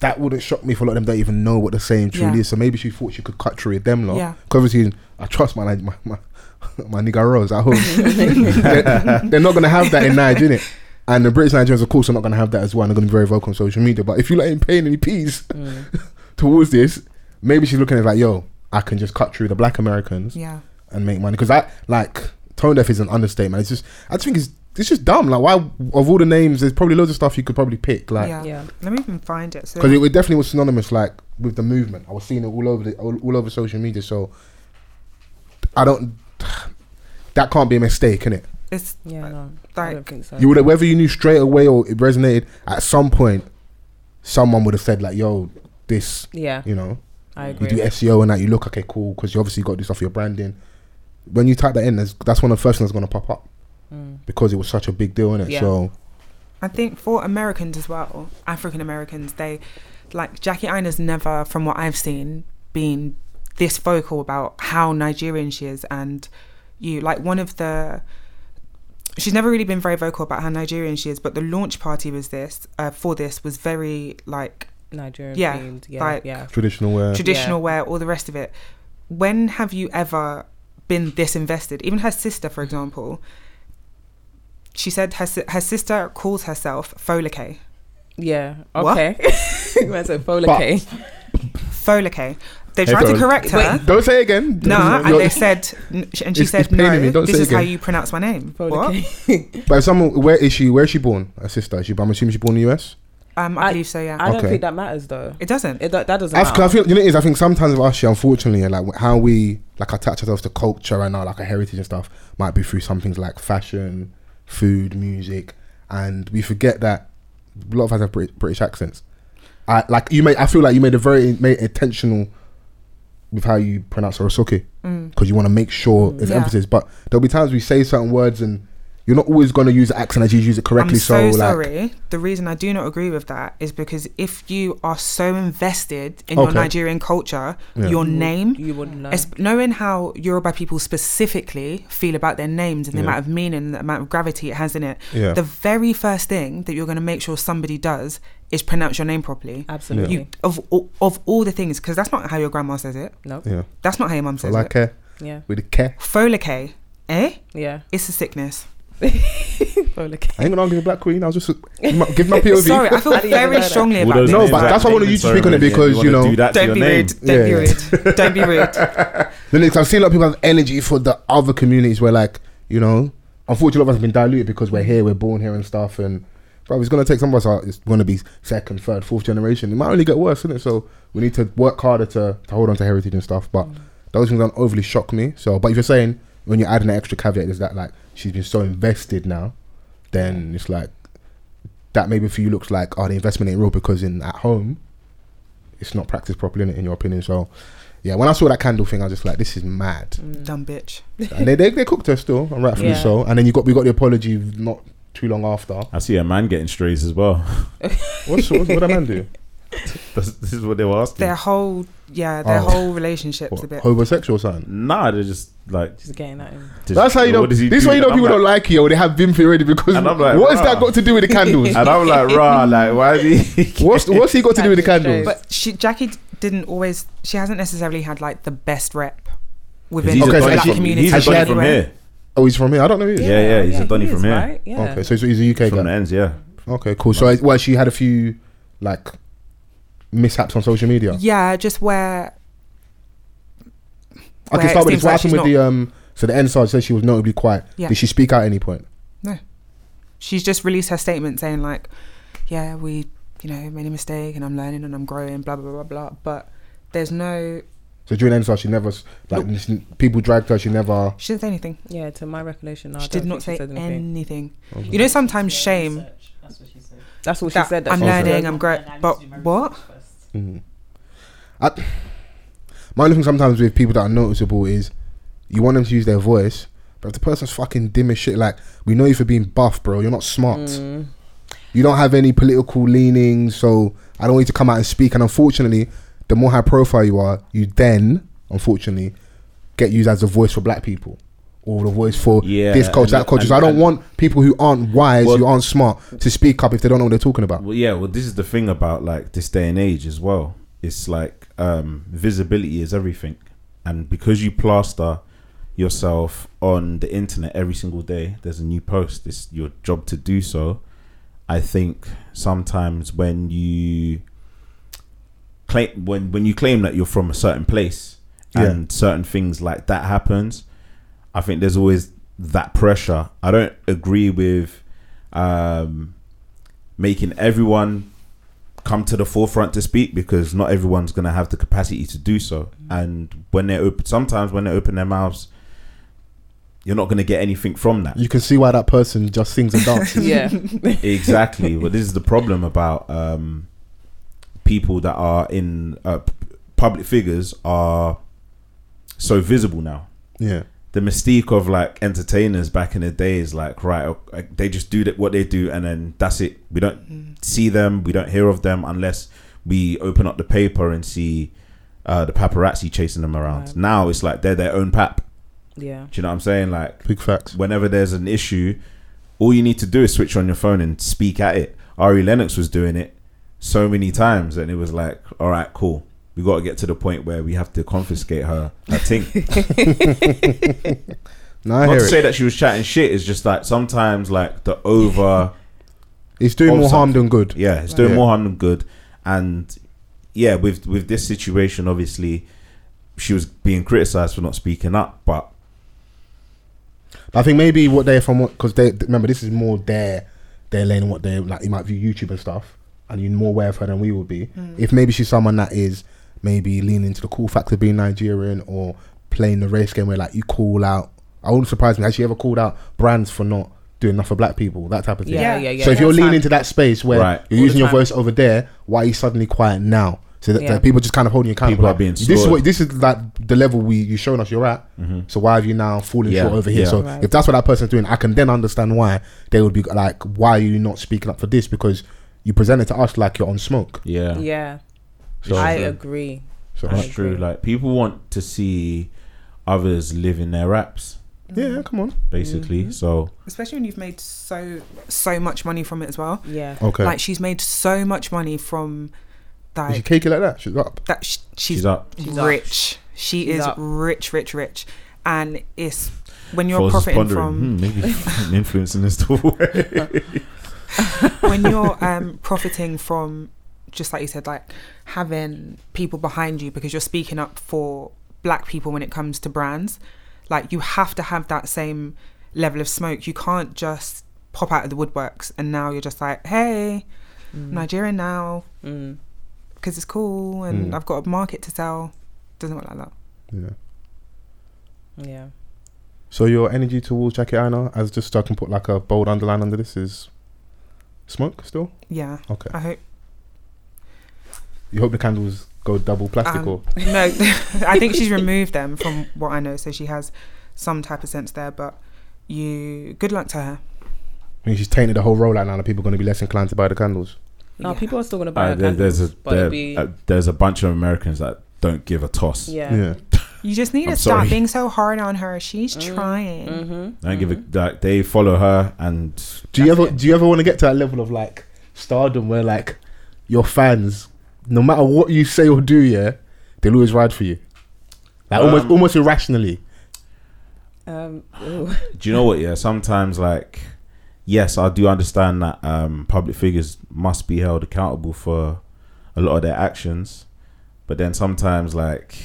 E: that wouldn't shock me if a lot of them don't even know what the saying truly
F: Yeah.
E: is. So maybe she thought she could cut through with them lot.
F: Yeah.
E: 'Cause obviously, I trust my my my, [LAUGHS] my nigga Rose at home.
F: [LAUGHS]
E: they're, they're not gonna have that in Niger, innit? And the British Nigerians, of course, are not gonna have that as well. And they're gonna be very vocal on social media. But if you let him paying any peas [LAUGHS] towards this, maybe she's looking at it like, yo, I can just cut through the black Americans
F: Yeah.
E: and make money because I like tone deaf is an understatement. It's just I just think it's it's just dumb. Like why of all the names, there's probably loads of stuff you could probably pick. Like
F: yeah.
G: Yeah.
F: Let me even find it. So
E: because it, it definitely was synonymous like with the movement i was seeing it all over the all, all over social media so i don't that can't be a mistake can it
F: it's
G: Yeah. No. I don't
F: like
G: think so.
E: you would have whether you knew straight away or it resonated at some point someone would have said like yo this
G: yeah.
E: you know
G: I
E: you
G: agree.
E: do seo and that you look okay cool because you obviously got to do stuff for your branding when you type that in that's, that's one of the first things that's going to pop up
G: Mm.
E: because it was such a big deal in it
G: Yeah.
E: so
F: I think for Americans as well, African Americans, they like Jackie Ina's never, from what I've seen, been this vocal about how Nigerian she is, and you like one of the. She's never really been very vocal about how Nigerian she is, but the launch party was this uh, for this was very like
G: Nigerian
F: Yeah,
G: themed. Yeah.
F: like-
G: yeah.
E: traditional wear
F: traditional wear, all the rest of it. When have you ever been this invested? Even her sister, for example, she said her si- her sister calls herself Folake.
G: Yeah.
F: What?
G: Okay. [LAUGHS] you might say
E: But-
G: folate.
F: Folake. They tried to
E: Fol-
F: correct her.
E: [LAUGHS] Don't say it again.
F: No, and
E: [LAUGHS] You're-
F: they said, n- sh- and she
E: It's-
F: said,
E: it's
F: no,
E: paining me, don't
F: this
E: say
F: is how
E: again."
F: you pronounce my name. What?
G: Folake.
E: But if someone, where is she? Where is she born? Her sister. Is she, I'm assuming she's born in the US.
F: Um, I,
G: I-
F: believe so, yeah.
G: I don't
E: Okay.
G: think that matters though.
F: it doesn't.
G: It, that, that doesn't
E: I, f-
G: matter.
E: I feel you know it is. I think sometimes with us, yeah, unfortunately, like how we like attach ourselves to culture and our like our heritage and stuff might be through some things like fashion, food, music, and we forget that a lot of us have Brit- British accents. I like you made. I feel like you made a very made it intentional with how you pronounce Orosoke
F: Mm.
E: because you want to make sure there's
F: Yeah.
E: emphasis. But there'll be times we say certain words and you're not always going to use the accent as you use it correctly.
F: I'm so,
E: like,
F: sorry. The reason I do not agree with that is because if you are so invested in your
E: Okay.
F: Nigerian culture,
E: Yeah.
F: your name,
G: you would know.
F: Es- knowing how Yoruba people specifically feel about their names and the
E: Yeah.
F: amount of meaning, the amount of gravity it has in it,
E: Yeah.
F: the very first thing that you're going to make sure somebody does is pronounce your name properly.
G: Absolutely.
F: You of all- of all the things, because that's not how your grandma says it.
G: Nope.
E: yeah,
F: That's not how your mum
E: so
F: says
E: like
F: it.
E: care
G: Yeah.
E: with a care.
F: Folake, eh?
G: Yeah.
F: It's a sickness.
G: Folake.
E: I ain't gonna argue with Black Queen. I was just give my, give my POV.
F: Sorry, I feel
G: [LAUGHS] I didn't even know
F: very
G: that.
F: strongly
D: All
F: about
D: those
F: this.
E: No,
D: names
E: but
D: that
E: that's why I wanted you to
D: Damon
E: speak on it
D: Simon, yeah,
E: because, you
D: wanna
E: know-
D: do that to
F: Don't
D: your
F: be
D: name.
F: rude. Don't be
E: Yeah. [LAUGHS]
F: rude. Don't be rude.
E: Then it's- I've seen a lot of people have energy for the other communities where, like, you know, unfortunately, a lot of us have been diluted because we're here, we're born here and stuff. And bro, it's gonna take some of us are it's gonna be second, third, fourth generation. It might only get worse, isn't it? So we need to work harder to, to hold on to heritage and stuff. But those things don't overly shock me. So, but if you're saying when you add an extra caveat, is that like she's been so invested now, then it's like that maybe for you looks like oh the investment ain't real because in at home it's not practiced properly innit, in your opinion. So yeah, when I saw that candle thing, I was just like, this is
F: [LAUGHS]
E: mad.
F: Dumb bitch.
E: and they, they they cooked her still, and rightfully
G: Yeah.
E: so. And then you got we got the apology not too long after.
D: I see a man getting strays as well.
E: What's, what's what did that man
F: [LAUGHS]
E: do?
D: That's, [LAUGHS] this is what they were asking.
F: Their whole, yeah, their
E: Oh.
F: whole relationship's
E: What,
F: a bit.
E: homosexual sign.
D: nah, they're just like.
G: Just getting at him.
D: just-
E: That's how you know.
D: what does he
E: This
D: do?
E: way you know
D: And I'm
E: people
D: like-
E: don't like you or they have been for you already because
D: And I'm like,
E: what has
D: rah.
E: that got to do with the candles?
D: [LAUGHS] And I'm like, rah, like, why is he?
E: [LAUGHS] what's what's he got to do with the candles?
F: But she, Jackie d- didn't always. She hasn't necessarily had like the best rep
D: [LAUGHS]
F: within
D: He's
E: Okay,
D: a
E: so
D: Donny
F: the
E: she-
F: black
D: from-
F: community.
D: he's a
E: she
D: Donny
E: had-
D: from
F: everywhere.
D: here.
E: oh, he's from here. I don't know who he is.
D: Yeah, yeah, he's a Donny
G: he
D: from
G: is,
D: here.
G: Right? Yeah.
E: Okay, so he's, he's a UK
D: From the
E: guy.
D: ends, yeah.
E: Okay, cool. So well, she had a few like mishaps on social media.
F: Yeah, just where.
E: I
F: where
E: can
F: it
E: start with
F: seems
E: this. What
F: like
E: happened
F: she's
E: with the um? So the NSAR said she was notably quiet.
F: Yeah.
E: Did she speak out at any point?
F: She's just released her statement saying like, "Yeah, we, you know, made a mistake, and I'm learning and I'm growing." Blah blah blah blah. blah. But there's no.
E: So during NSAR, she never s- like she- people dragged her. She never.
F: She didn't say anything.
G: Yeah, to my recollection, no, I
F: she
G: don't
F: did not
G: think
F: say
G: she said anything.
F: anything. You know, sometimes shame.
G: That's what
F: that
G: she said. That
F: I'm
G: she
E: said.
F: learning. I'm [LAUGHS] growing. But what?
E: Mhm. I, my only thing sometimes with people that are noticeable is you want them to use their voice, but if the person's fucking dim as shit, like we know you for being buff, bro. You're not smart.
G: Mm.
E: You don't have any political leanings, so I don't want you to come out and speak. And unfortunately, the more high profile you are, you then, unfortunately, get used as a voice for black people or the voice for
D: Yeah,
E: this culture,
D: and-
E: that culture. So I
D: and-
E: don't
D: and-
E: want people who aren't wise,
D: Well-
E: who aren't smart, to speak up if they don't know what they're talking about.
D: Well, yeah. Well, this is the thing about like this day and age as well. It's like um, visibility is everything, and because you plaster yourself on the internet every single day, there's a new post. It's your job to do so. I think sometimes when you claim when when you claim that you're from a certain place
E: Yeah.
D: and certain things like that happens, I think there's always that pressure. I don't agree with um, making everyone come to the forefront to speak because not everyone's going to have the capacity to do so. And when they're open, sometimes when they open their mouths, you're not going to get anything from
E: [LAUGHS]
D: that.
E: You can see why that person just sings and dances.
G: [LAUGHS] Yeah.
D: exactly but this is the problem about um people that are in uh, p- public figures are so visible now
E: yeah.
D: the mystique of like entertainers back in the day is like right o- like, they just do that what they do and then that's it we don't see them we don't hear of them unless we open up the paper and see uh, the paparazzi chasing them around
G: Right.
D: now it's like they're their own pap
G: yeah.
D: do you know what i'm saying like
E: Big facts.
D: whenever there's an issue, all you need to do is switch on your phone and speak at it. Ari Lennox was doing it so many times, and it was like, all right, cool. We got to get to the point where we have to confiscate her. I think
E: No, I
D: not
E: hear
D: to
E: it.
D: say that she was chatting shit. It's just like sometimes like the over,
E: [LAUGHS] It's doing
D: Of
E: more harm
D: something.
E: than good.
D: yeah, it's doing
E: Yeah.
D: more harm than good, and yeah, with with this situation, obviously, she was being criticized for not speaking up, but
E: I think maybe what they're from, because they remember this is more their their lane and what they like. You might view YouTube and stuff, and you're more aware of her than we would be. If maybe she's someone that is maybe leaning into the cool factor of being Nigerian or playing the race game where like you call out. I wouldn't surprise me. Has she ever called out brands for not doing enough for black people? That type of thing.
G: Yeah,
F: Yeah.
G: yeah, yeah.
E: so if
G: yeah.
E: you're leaning into that space where
D: Right.
E: you're
F: All the
E: using your
F: time.
E: voice over there, why are you suddenly quiet now? So that,
G: Yeah.
E: that people just kind of holding you accountable.
D: People are
E: like,
D: being
E: This is
D: slaughtered.
E: what this is like the level we you showing us you're at. So why have you now fallen
D: Yeah,
E: short over here?
D: yeah.
E: So
G: Right.
E: if that's what that person's doing, I can then understand why they would be like, why are you not speaking up for this? Because you presented to us like you're on smoke.
D: yeah,
G: Yeah,
E: So,
G: I agree.
E: so-
D: that's
G: I
D: true.
G: agree.
D: Like people want to see others living their raps,
G: Mm.
E: yeah, come on.
D: basically. So
F: especially when you've made so so much money from it as well.
G: Yeah,
E: Okay.
F: Like she's made so much money from
E: Did she
F: like
E: cake it like that? She's up.
F: that. Sh- she's,
D: she's up.
G: She's up.
F: rich. She
G: She's
F: is
G: up.
F: rich, rich, rich, and it's when
D: Foz
F: you're
D: is
F: profiting
D: pondering,
F: from
D: "Hmm,
F: [LAUGHS]
D: maybe I'm influencing this to
E: [LAUGHS]
F: when you're um, profiting from just like you said like having people behind you because you're speaking up for black people when it comes to brands like you have to have that same level of smoke you can't just pop out of the woodworks and now you're just like hey
E: Mm.
F: nigerian now
G: mm.
F: because it's cool and
E: Mm.
F: i've got a market to sell doesn't work like that
E: Yeah.
G: yeah.
E: So your energy towards Jacket Anna, as just so I can put like a bold underline under this, is smoke still.
F: yeah
E: Okay.
F: i hope [LAUGHS]
E: You hope the candles go double plastic
F: Um,
E: or
F: no [LAUGHS] i think she's removed them from what i know so she has some type of sense there but you good luck to her
E: I mean, she's tainted the whole rollout now. The people going to be less inclined to buy the candles.
G: No,
F: Yeah.
G: people are still gonna buy
D: Uh,
G: her
D: there, there's a
G: candles, but it'd
D: there,
G: be,
D: uh, there's a bunch of Americans that don't give a toss.
G: yeah,
E: Yeah.
F: You just need
D: I'm
F: to stop
D: sorry.
F: being so hard on her. She's trying.
G: Mm-hmm.
D: They don't give a like, they follow her and
E: Do you ever do you ever want to get to that level of like stardom where like your fans, no matter what you say or do, yeah, they'll always ride for you, like almost
D: Um,
E: almost irrationally.
G: Um, ooh.
D: do you know what? Yeah, sometimes like yes, I do understand that um, public figures must be held accountable for a lot of their actions, but then sometimes like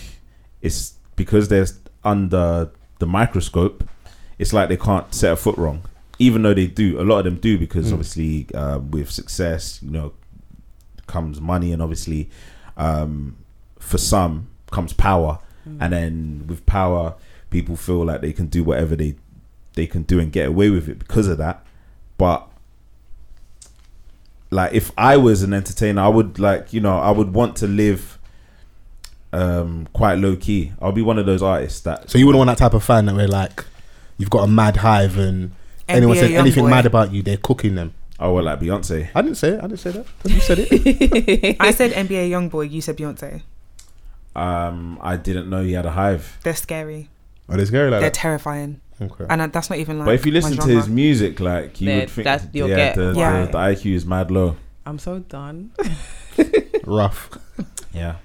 D: it's because they're under the microscope, it's like they can't set a foot wrong, even though they do. A lot of them do because
E: Mm.
D: obviously uh, with success, you know, comes money and obviously um, for some comes power, and then with power, people feel like they can do whatever they they can do and get away with it because of that. But like if I was an entertainer, I would like you know I would want to live um quite low key. I'll be one of those artists that
E: So you wouldn't want that type of fan that where like you've got a mad hive and anyone
F: NBA
E: says anything
F: Youngboy.
E: mad about you, they're cooking them.
D: I would Oh, like Beyonce.
E: I didn't say it. I didn't say that. You said it.
G: [LAUGHS]
F: I [LAUGHS] said NBA Youngboy. You said Beyonce.
D: Um, I didn't know he had a hive.
F: They're scary.
E: Are they scary Oh, like
F: They're
E: that?
F: terrifying.
E: Okay.
F: And I- that's not even like.
D: But if you
F: my
D: listen to
F: genre.
D: his music, like you
G: Yeah,
D: would think,
G: that's- you'll
D: yeah,
G: get
D: the,
F: why.
D: the, the IQ is mad low.
G: I'm so done.
E: Rough.
D: Yeah,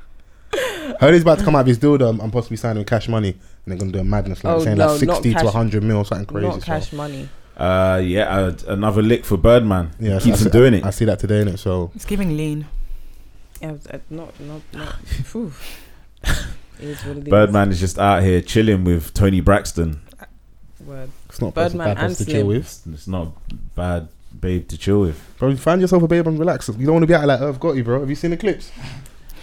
E: Heard he's about to come out of his dildo um, and possibly signing with Cash Money, and they're gonna do a madness like
G: Oh,
E: saying
G: no,
E: like
G: not
E: sixty
G: Cash-
E: to hundred mil or something crazy.
G: Not
E: so-
G: cash money.
D: uh, yeah. Uh, another lick for Birdman.
E: Yeah,
D: Yeah,
E: I-
D: keeps
E: I,
D: him doing it.
E: I see that today in it. So
F: It's giving lean.
G: Yeah, it's, uh, not, not,
D: [LAUGHS]
G: not. phew. It is what it is.
D: Birdman is just out here chilling with Tony Braxton.
G: Word.
E: it's not a
G: Birdman
E: person- bad
G: and
E: person to
G: Slim.
E: chill with.
D: It's, it's not a bad babe to chill with.
E: Bro, find yourself a babe and relax. You don't want to be out like I've got you, bro. Have you seen the clips?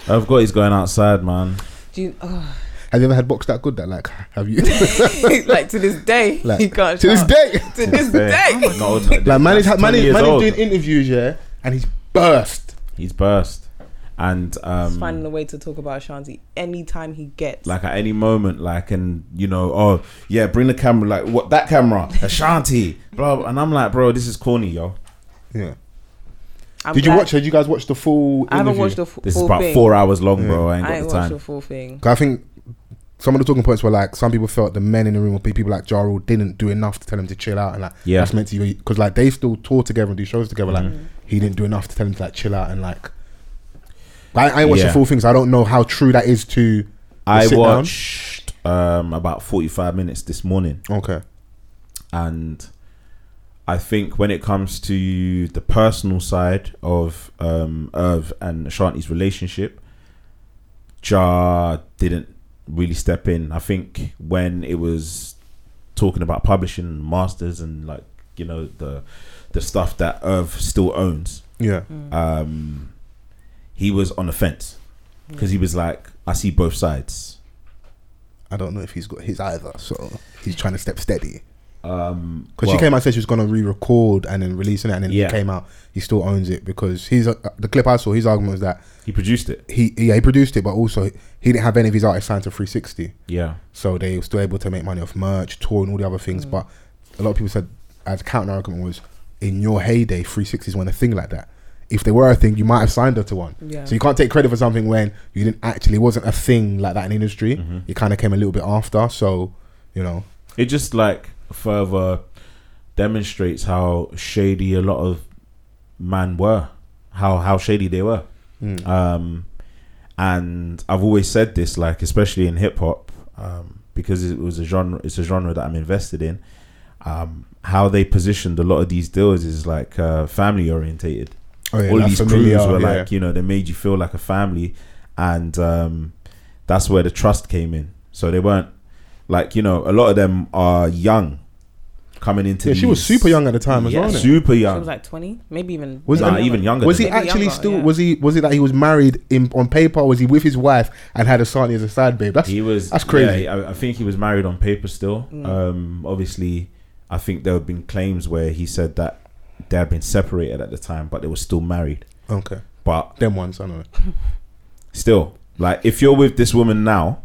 D: I've got he's going outside, man.
G: Do you, [LAUGHS] oh,
E: Have you ever had box that good? That like have you [LAUGHS]
G: like to this day,
E: Like,
G: [LAUGHS] you can't
E: to this
G: shout.
E: day?
G: To this day,
D: No, no,
E: Like man is
D: that's
E: man
D: 20
E: is
D: years
E: man is
D: old.
E: doing interviews, yeah, and he's burst.
D: He's burst, and
G: He's finding a
D: um,
G: way to talk about Ashanti anytime he gets.
D: like at any moment, like and you know, oh yeah, bring the camera, like what that camera, Ashanti, bro. And I'm like, bro, this is corny, yo.
E: Yeah.
G: I'm
E: Did you
G: glad-
E: watch? Did you guys watch the full?
G: I haven't
E: interview?
G: watched the f-
D: This is
G: full
D: about
G: thing.
D: four hours long,
E: Yeah.
D: bro. I ain't
G: I
D: got
G: ain't
D: the
G: watched
D: time.
G: the full thing.
E: 'Cause I think some of the talking points were like some people felt the men in the room or people like Ja Rule didn't do enough to tell him to chill out and like
D: Yeah.
E: that's meant to be because like they still tour together and do shows together like he didn't do enough to tell him to like chill out and like I, I ain't watched
D: Yeah.
E: the full things I don't know how true that is to
D: I
E: sit down?
D: watched um, about 45 minutes this morning,
E: okay
D: and I think when it comes to the personal side of um, Irv and Ashanti's relationship, Ja didn't really step in. I think when it was talking about publishing masters and like you know the the stuff that Irv still owns,
E: Yeah.
D: um, he was on the fence because he was like, I see both sides.
E: I don't know if he's got his either, so he's trying to step steady.
D: Um,
E: Because
D: well,
E: she came out and said she was going to re-record and then releasing it, and then
D: Yeah.
E: it came out. He still owns it because he's uh, the clip I saw. His argument was that
D: He produced it.
E: he yeah he produced it, but also he didn't have any of his artists signed to 360,
D: Yeah.
E: so they were still able to make money off merch, tour, and all the other things. But a lot of people said as counter argument was in your heyday, 360s weren't a thing like that. If they were a thing, you might have signed her to one.
G: Yeah.
E: So you can't take credit for something when you didn't actually it wasn't a thing like that in the industry.
D: Mm. Mm-hmm.
E: It kind of came a little bit after. So you know,
D: It just like further demonstrates how shady a lot of man were, how how shady they were. Um, and I've always said this, like especially in hip hop, um, because it was a genre. It's a genre that I'm invested in. Um, how they positioned a lot of these deals is like uh, family orientated.
E: oh, yeah,
D: all
E: that's
D: these
E: familiar,
D: crews were
E: yeah.
D: like you know they made you feel like a family and um that's where the trust came in so they weren't like you know a lot of them are young coming into
E: Yeah, she was
D: these-
E: super young at the time as
D: yeah,
E: well. innit?
D: super
G: She
D: young
G: was like 20, maybe even.
E: Was
D: nah,
E: it-
D: even younger
E: Was
D: than
E: he
D: that.
G: Maybe
E: actually
G: younger,
E: still?
G: yeah.
E: Was he? Was it that he was married in on paper? Was he with his wife and had Asante as a side babe? That's
D: he was
E: That's crazy.
D: yeah, I, I think he was married on paper still
G: Mm.
D: um obviously i think there have been claims where he said that they had been separated at the time but they were still married
E: okay.
D: but
E: Them ones, I don't know.
D: still like if you're with this woman now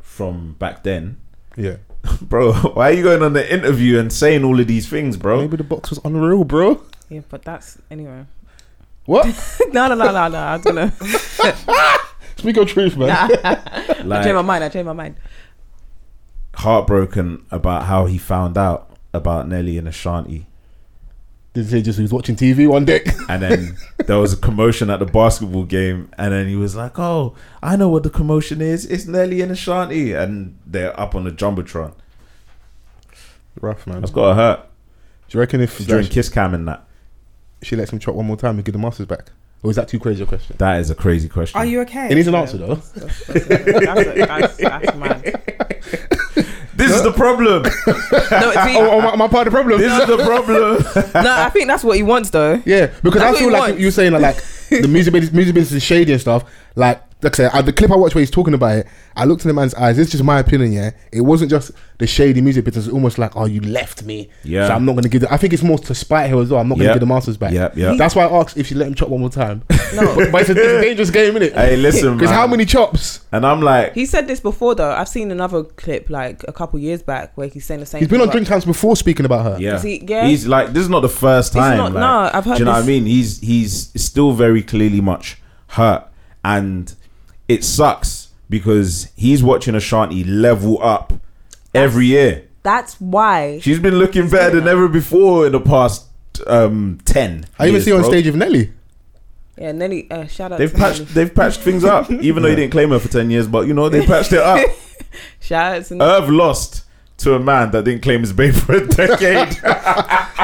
D: from back then
E: Yeah,
D: bro [LAUGHS] why are you going on the interview and saying all of these things bro
E: maybe the box was unreal, bro.
G: Yeah, but that's. Anyway. [LAUGHS]
D: [LAUGHS]
E: What?
G: no, no, no, no, no. I was going to.
E: Speak your truth, man. [LAUGHS]
G: I changed my
D: like
G: mind. I changed my mind.
D: heartbroken about how he found out about Nelly and Ashanti
E: Did he say just he was watching TV one day? [LAUGHS]
D: and
F: [LAUGHS]
D: then there was a commotion at the basketball game and then he was like oh I know what the commotion is it's Nelly and Ashanti and they're up on the jumbotron
E: Rough man.
D: that's gotta hurt
E: Do you reckon if
D: during
E: Slash-
D: kiss cam and that
E: she lets him chop one more time and get the masters back, or is that too crazy a question?
D: that is a crazy question
F: Are you okay?
E: It needs an answer though.
G: That's, that's, that's, that's, that's mad.
D: this is the
F: [LAUGHS]
D: problem
G: No, see,
D: [LAUGHS]
E: Oh, oh, my, my part of the problem.
D: this is the problem
G: no, I think that's what he
D: [LAUGHS]
G: wants, though.
E: Yeah, because
G: That's
E: I
G: what
E: feel
G: he
E: like
G: wants.
E: you're saying that, like the music business, music business is shady and stuff. Like, like I said, uh, the clip I watched where he's talking about it, I looked in the man's eyes. This is just my opinion. Yeah, it wasn't just the shady music business. It's almost like, oh, you left me.
D: Yeah.
E: so I'm not gonna give. The, I think it's more to spite her as well. I'm not gonna
D: Yep.
E: give the masters back.
D: Yep, yep.
E: That's why I asked if she let him chop one
D: [LAUGHS]
E: more time.
G: No.
E: but, but it's, a, it's a dangerous game, isn't it?
D: Hey, listen,
E: [LAUGHS] because
D: man.
E: how many chops?
D: and I'm like
G: He said this before, though. I've seen another clip, like a couple years back, where he's saying the same.
E: He's been
G: thing
E: on
G: about-
E: drink times before speaking about her.
D: Yeah.
G: Is he- yeah.
D: He's like this is not the first
G: This is
D: time.
G: not-
D: like,
G: no, I've heard
D: Do you know what I
G: this-
D: mean? He's he's still very clearly much hurt, and it sucks because he's watching Ashanti level up every year.
G: That's why.
D: She's been looking better than ever before in the past um ten.
E: I even
D: years,
E: see her on
D: bro.
E: stage with Nelly.
G: Yeah, Nelly. Uh, shout out.
D: They've
G: to [LAUGHS]
D: patched
G: Nelly.
D: they've patched things up, even though he didn't claim her for ten years. But you know they patched it
G: [LAUGHS]
D: up.
G: Shout out to Nelly.
D: Irv lost to a man that didn't claim his babe for a
G: [LAUGHS]
D: decade.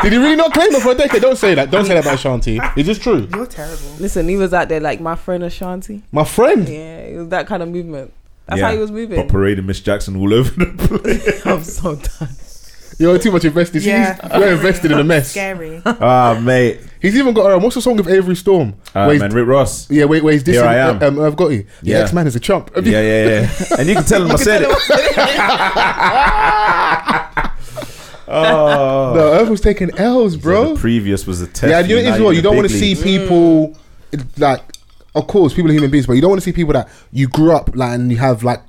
E: Did he really not claim her for a decade? Don't say that. Don't say that about Shanti. Is this true?
F: You're terrible.
G: Listen, he was out there like my friend Ashanti.
E: My friend.
G: Yeah, it was that kind of movement. That's
D: Yeah.
G: how he was
D: but
G: moving.
D: parading Miss Jackson all over the [LAUGHS] place.
G: [LAUGHS] I'm so done.
E: You're too much invested.
F: Yeah.
E: He's, you're invested in the mess.
F: Scary.
D: Ah, mate.
E: He's even got um, what's the song of Avery Storm?
D: Uh,
E: where he's,
D: man, Rick Ross.
E: yeah, wait, where he's
D: Here
E: dissing.
D: I am.
E: Um, I've got you.
D: Yeah.
E: Yeah. X Man is a chump.
D: Yeah, yeah, yeah. and you can tell him I said it. oh,
E: No, Earth was taking L's,
D: The
E: bro.
D: previous was a test.
E: Yeah, you know it is well. You don't want to see people it- like, of course, people are human beings, but you don't want to see people that you grew up like and you have like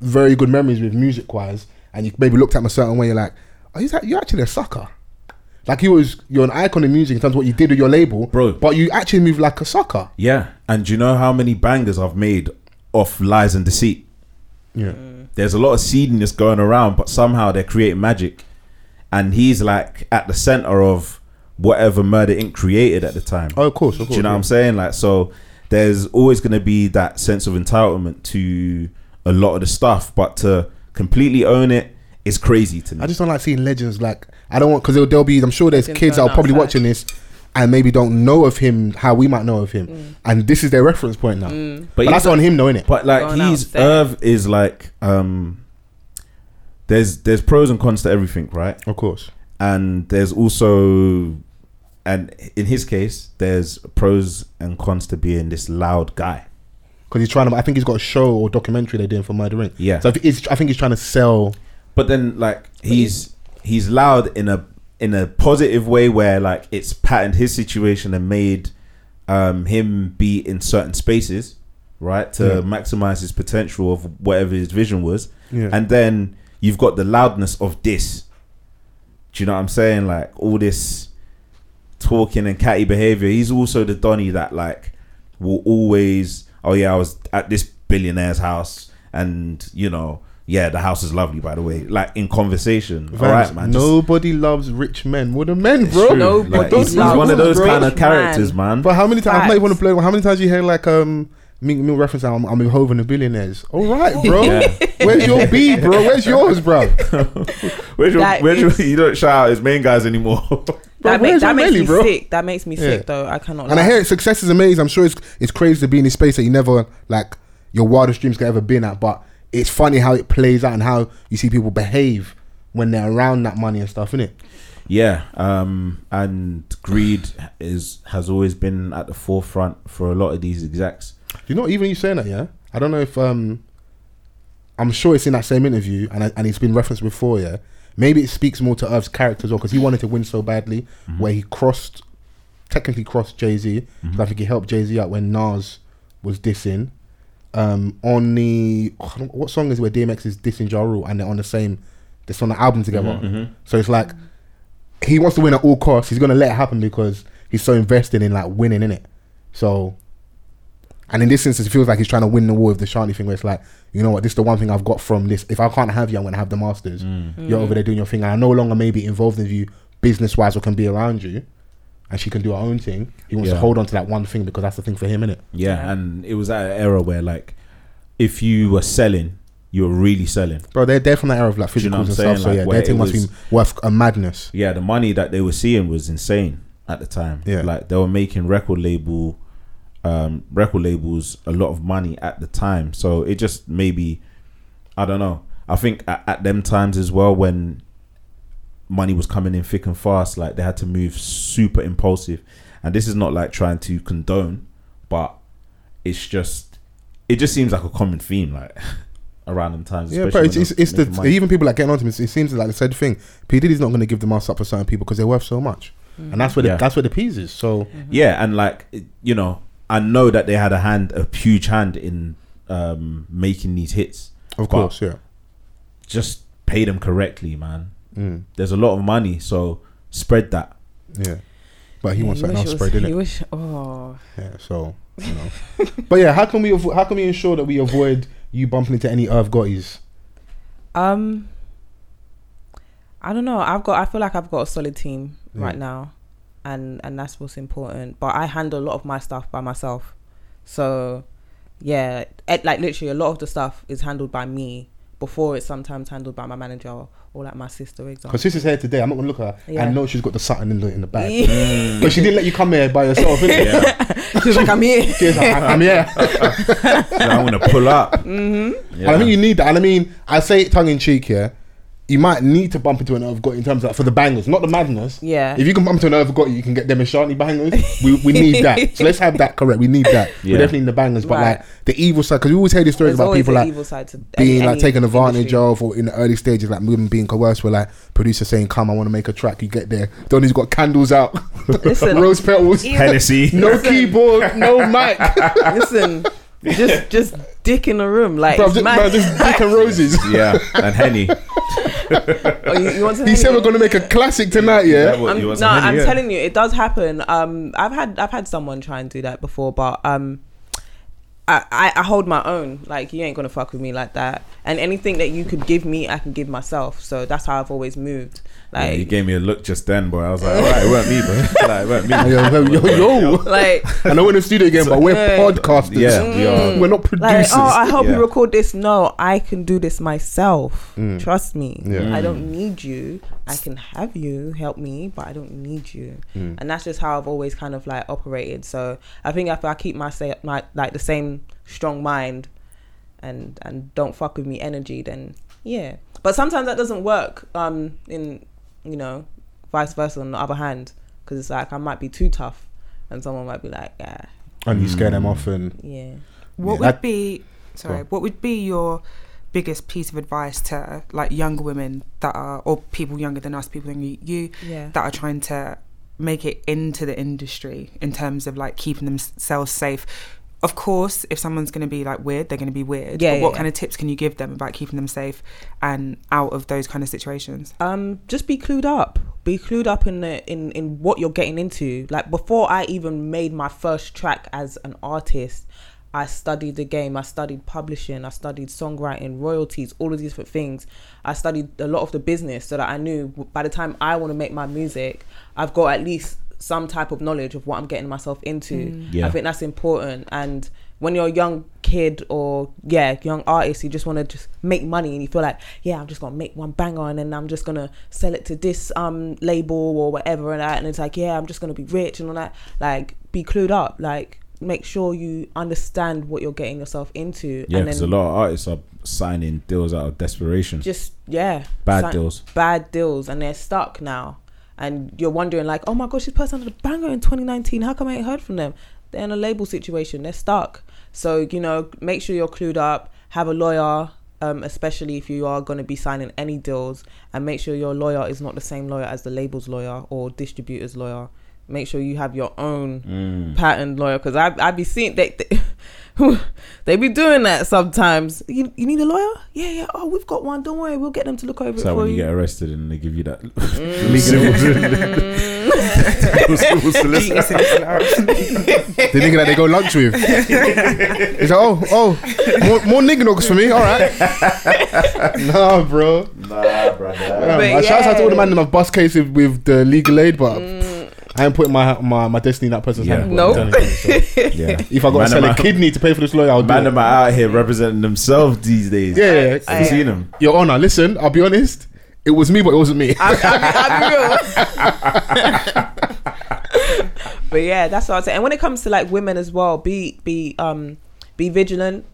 E: very good memories with music wise, and you maybe looked at them a certain way. You're like, oh, he's act- you're actually a sucker. Like you was, you're an icon in music in terms of what you did with your label,
D: Bro.
E: But you actually move like a sucker.
D: Yeah, and do you know how many bangers I've made off lies and deceit?
E: Yeah.
D: There's a lot of seediness going around, but somehow they're creating magic. And he's like at the center of whatever Murder Inc. created at the time.
E: Oh, of course, of course.
D: Do you know
E: yeah.
D: what I'm saying? Like, so there's always going to be that sense of entitlement to a lot of the stuff, but to completely own it is crazy to me.
E: I just don't like seeing legends. Like I don't want because there'll, there'll be. I'm sure there's
G: Legends
E: kids
G: going
E: that'll probably
G: outside.
E: watching this, and maybe don't know of him how we might know of him,
G: Mm.
E: and this is their reference point now. But,
D: he's
E: that's on him, though, innit?
D: But like
G: Going
D: he's
G: out
D: Irv is like um there's there's pros and cons to everything, right?
E: Of course.
D: And there's also and in his case, there's pros and cons to being this loud guy.
E: Because he's trying to, I think he's got a show or documentary they're doing for Murder Inc.
D: Yeah.
E: So I, think he's, I think he's trying to sell.
D: But then like he's he's loud in a in a positive way where like it's patterned his situation and made um him be in certain spaces, right? To
E: Yeah.
D: maximize his potential of whatever his vision was.
E: Yeah.
D: and then you've got the loudness of this. Do you know what I'm saying? Like all this talking and catty behavior. He's also the Donny that like will always. Oh yeah, I was at this billionaire's house, and you know, yeah, the house is lovely. By the way, like in conversation. all
E: Vans,
D: right, man. just-
E: nobody loves rich men. What the men,
D: it's
E: bro?
D: true.
G: No,
D: Like,
G: but
D: he's, he's
G: those
D: one of those
G: bro.
D: kind of characters, man.
E: But how many times? I'm not
G: Facts.
E: even to blow. How many times you hear like um Meek Mill reference? I'm I'm Hoven the billionaires. All right,
D: [LAUGHS]
E: bro.
D: Yeah.
E: Where's your B, bro? Where's
D: [LAUGHS]
E: yours, bro?
D: where's your,
G: That
D: where's your,
G: is-
D: you don't shout out his main guys anymore. [LAUGHS]
G: that ma-
E: where's your
G: that makes
E: belly,
G: me
E: bro?
G: sick. That makes me
E: Yeah.
G: sick though. I cannot.
E: And I
G: lie.
E: hear success is amazing. I'm sure it's it's crazy to be in this space that you never like your wildest dreams could ever been at. But it's funny how it plays out and how you see people behave when they're around that money and stuff, innit?
D: Yeah, um, and greed is has always been at the forefront for a lot of these execs.
E: You know, even you saying that, yeah. I don't know if um, I'm sure it's in that same interview, and I, and it's been referenced before, yeah. Maybe it speaks more to Irv's character as well because he wanted to win so badly, where he crossed, technically crossed Jay Z. I think he helped Jay Z out when Nas was dissing. Um, on the oh, I don't- what song is it where DMX is dissing Ja Rule and they're on the same, they're on the album together. So it's like he wants to win at all costs. He's gonna let it happen because he's so invested in like winning in it. So and in this instance, it feels like he's trying to win the war with the Shani thing, where it's like, you know what, this is the one thing I've got from this. If I can't have you, I'm going to have the masters. You're over there doing your thing. And I no longer may be involved with you business wise or can be around you. And she can do her own thing. He wants
D: Yeah.
E: to hold on to that one thing because that's the thing for him, innit?
D: Yeah, and it was at an era where like, if you were selling, you were really selling.
E: Bro, they're, they're from that era of like physicals
D: you know what I'm
E: and
D: saying?
E: stuff. So
D: Like,
E: yeah,
D: where
E: their thing
D: it
E: must
D: was-
E: be worth a madness.
D: Yeah, the money that they were seeing was insane at the time.
E: Yeah.
D: like they were making record label, um, record labels a lot of money at the time. So it just maybe, I don't know. I think at, at them times as well when money was coming in thick and fast, like they had to move super impulsive. And this is not like trying to condone, but it's just it just seems like a common theme, like [LAUGHS] around them times.
E: Yeah, bro,
D: especially
E: it's,
D: when
E: it's,
D: they're
E: it's the
D: making money.
E: even people like getting onto him. It seems like the said thing. P Diddy's not going to give the masks up for certain people because they're worth so much, and that's where the,
D: Yeah.
E: that's where the peas is. So
G: Mm-hmm.
D: yeah and like it- you know i know that they had a hand a huge hand in um making these hits But-
E: of course, yeah.
D: just pay them correctly man
E: Mm.
D: there's a lot of money so spread that
E: Yeah. But he
G: Yeah,
E: wants
G: you
E: something
G: wish
E: else
G: it
E: spread,
G: was-
E: didn't
G: you
E: it?
G: wish- oh,
E: Yeah, so you know. [LAUGHS] but yeah, how can we avo- how can we ensure that we avoid you bumping into any Irv Gotties?
G: um, I don't know. I've got. I feel like I've got a solid team
E: Yeah.
G: right now, and and that's what's important. But I handle a lot of my stuff by myself, so yeah, it, like literally a lot of the stuff is handled by me. Before it's sometimes handled by my manager or, or like my sister, for example.
E: [LAUGHS] Because this is here today. I'm not gonna look at her. I
G: Yeah.
E: know she's got the Sutton in the in the
G: [LAUGHS]
E: bag. But she didn't let you come here by yourself, innit?
G: She's like, I'm here.
E: [LAUGHS] She's like, I- I'm here.
D: i want to pull
G: [LAUGHS]
D: up mm-hmm. yeah.
E: And I think you need that. And I mean, I say it tongue in cheek here. You might need to bump into an Irv Gotti in terms of for the bangers, not the madness.
G: Yeah.
E: If you can bump into an Irv Gotti, you can get them Ashanti bangers. We, we need
G: [LAUGHS]
E: that. So let's have that correct. We need that. We
D: Yeah.
E: definitely need the bangers, but
G: Right.
E: like the evil side, because we always hear these stories
G: There's
E: about
G: always
E: people
G: the
E: like
G: evil side to any-
E: being like
G: any
E: taken advantage
G: industry.
E: of or in the early stages like women being coerced where like producer saying come I want to make a track you get there Donny's got candles out
G: Listen.
E: [LAUGHS] rose petals
D: hennessy
E: [LAUGHS] no keyboard [LAUGHS] no mic
G: Listen, just just dick in the room, like
E: bro just,
G: man.
E: bro, just dick and roses
D: yeah and henny
G: [LAUGHS] Oh, you, you want to
E: [LAUGHS] he said we're gonna make a classic tonight yeah
D: What,
G: I'm,
D: you
G: no,
D: want some henny?
G: I'm
D: Yeah.
G: telling you, it does happen. Um, I've had I've had someone try and do that before, but um, I, I, I hold my own. Like you ain't gonna fuck with me like that. And anything that you could give me, I can give myself. So that's how I've always moved.
D: Yeah,
G: Like
D: you gave me a look just then, boy. I was like, all right, it weren't me, bro. [LAUGHS] Like, it
E: [LAUGHS]
D: weren't me.
E: yo, yo, yo,
G: [LAUGHS]
E: yo.
G: like
E: I know we're in the studio again, but we're
G: Yeah.
E: podcasters. Mm.
D: Yeah, we are.
E: We're not
G: like
E: producers.
G: oh I hope
D: Yeah.
G: you record this. No, I can do this myself. Trust me.
E: Yeah.
G: I don't need you. I can have you help me, but I don't need you. And that's just how I've always kind of like operated. So I think if I keep my say my like the same strong mind and and don't fuck with me energy, then yeah. But sometimes that doesn't work. Um, in you know, vice versa on the other hand, because it's like I might be too tough, and someone might be like, yeah,
E: and you scare them off and
G: yeah.
F: What
E: Yeah,
F: would
E: that-
F: be sorry?
E: on.
F: What would be your biggest piece of advice to like younger women that are or people younger than us, people than you,
G: Yeah.
F: that are trying to make it into the industry in terms of like keeping themselves safe? Of course, if someone's going to be like weird, they're going to be weird.
G: Yeah,
F: but
G: yeah,
F: what
G: yeah.
F: kind of tips can you give them about keeping them safe and out of those kind of situations?
G: um just be clued up be clued up in the in in what you're getting into like before i even made my first track as an artist i studied the game i studied publishing i studied songwriting royalties all of these different things i studied a lot of the business so that i knew w- by the time i want to make my music i've got at least some type of knowledge of what i'm getting myself into
D: Yeah.
G: i think that's important and when you're a young kid or yeah young artist you just want to just make money and you feel like yeah i'm just gonna make one banger and then i'm just gonna sell it to this um label or whatever and that and it's like yeah i'm just gonna be rich and all that like be clued up like make sure you understand what you're getting yourself into
D: Yeah,
G: and
D: because a lot of artists are signing deals out of desperation.
G: just yeah
D: Bad
G: sign-
D: deals.
G: bad deals and they're stuck now and you're wondering like oh my gosh this person had a banger in 2019 how come i ain't heard from them they're in a label situation they're stuck so you know make sure you're clued up have a lawyer um, especially if you are going to be signing any deals and make sure your lawyer is not the same lawyer as the label's lawyer or distributor's lawyer make sure you have your own
D: Mm.
G: patterned lawyer because I, I be seeing they, they [LAUGHS] they be doing that sometimes you, you need a lawyer yeah yeah oh we've got one don't worry we'll get them to look over
D: It's
G: it
D: like
G: for
D: when you
G: you
D: get arrested and they give you that
G: Mm.
E: [LAUGHS]
D: legal civil solicitor.
E: the nigga that they go lunch with. He's like, oh, oh, more, more nigga knocks for me. All right. [LAUGHS] nah, bro.
D: Nah, brother.
E: Um,
D: [LAUGHS]
G: But
E: Shout out to all the
G: yeah. Mm.
E: man in a bus case with, with the legal aid, but I ain't putting my my, my destiny in that person's
D: Yeah.
E: hand.
D: No.
E: I'm telling you, so.
G: [LAUGHS]
D: Yeah.
E: If I got
D: Man
E: to sell
D: am
E: a
D: out-
E: kidney to pay for this lawyer, I'll
D: Man
E: do
D: am
E: it.
D: I out here representing themselves these days.
E: Yeah, yeah,
D: You
G: Oh,
E: yeah.
D: seen them?
E: Your Honor, listen, I'll be honest. It was me, but it wasn't me.
G: but yeah, that's what I'm saying. And when it comes to like women as well, be be um be vigilant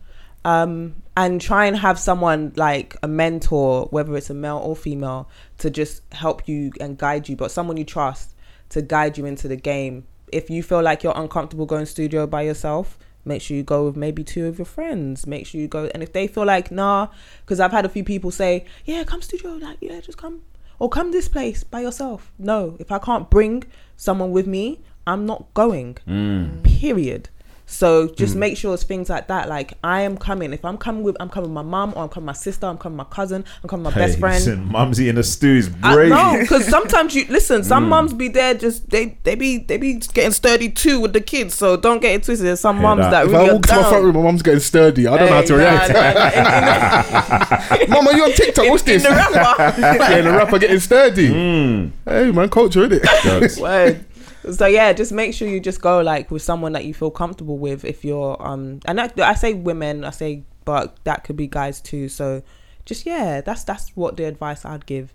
G: um and try and have someone like a mentor, whether it's a male or female, to just help you and guide you, but someone you trust to guide you into the game. If you feel like you're uncomfortable going studio by yourself, make sure you go with maybe two of your friends. Make sure you go, and if they feel like nah, because I've had a few people say, yeah, come studio, like yeah, just come or come this place by yourself. No, if I can't bring someone with me, I'm not going.
E: Mm.
G: Period. So just make sure it's things like that. Like I am coming. If I'm coming with, I'm coming with my mum or I'm coming with my sister. I'm coming with my cousin. I'm coming with my best
D: Hey,
G: friend.
D: listen, Mumsy in the stew is
G: I,
D: brave.
G: no, because sometimes you
E: [LAUGHS]
G: listen.
E: Mm.
G: Some mums be there, just they they be they be getting sturdy too with the kids. So don't get it twisted. There's some
D: Hear
G: mums
D: that.
G: that
E: if I
G: really are
E: walk to my
G: down.
E: front room, my mom's getting sturdy. I don't know how to
G: Hey, nah,
E: react. [LAUGHS] Mom, are you on TikTok? What's this?
G: in
E: [LAUGHS]
G: the rapper.
E: yeah, and the rapper getting sturdy.
D: Hmm.
E: Hey, man, culture,
G: [LAUGHS]
E: is it?
D: Jokes.
G: Word. [LAUGHS] So yeah, just make sure you just go like with someone that you feel comfortable with. If you're um, and I, I say women, I say, but that could be guys too. So just yeah, that's that's what the advice I'd give.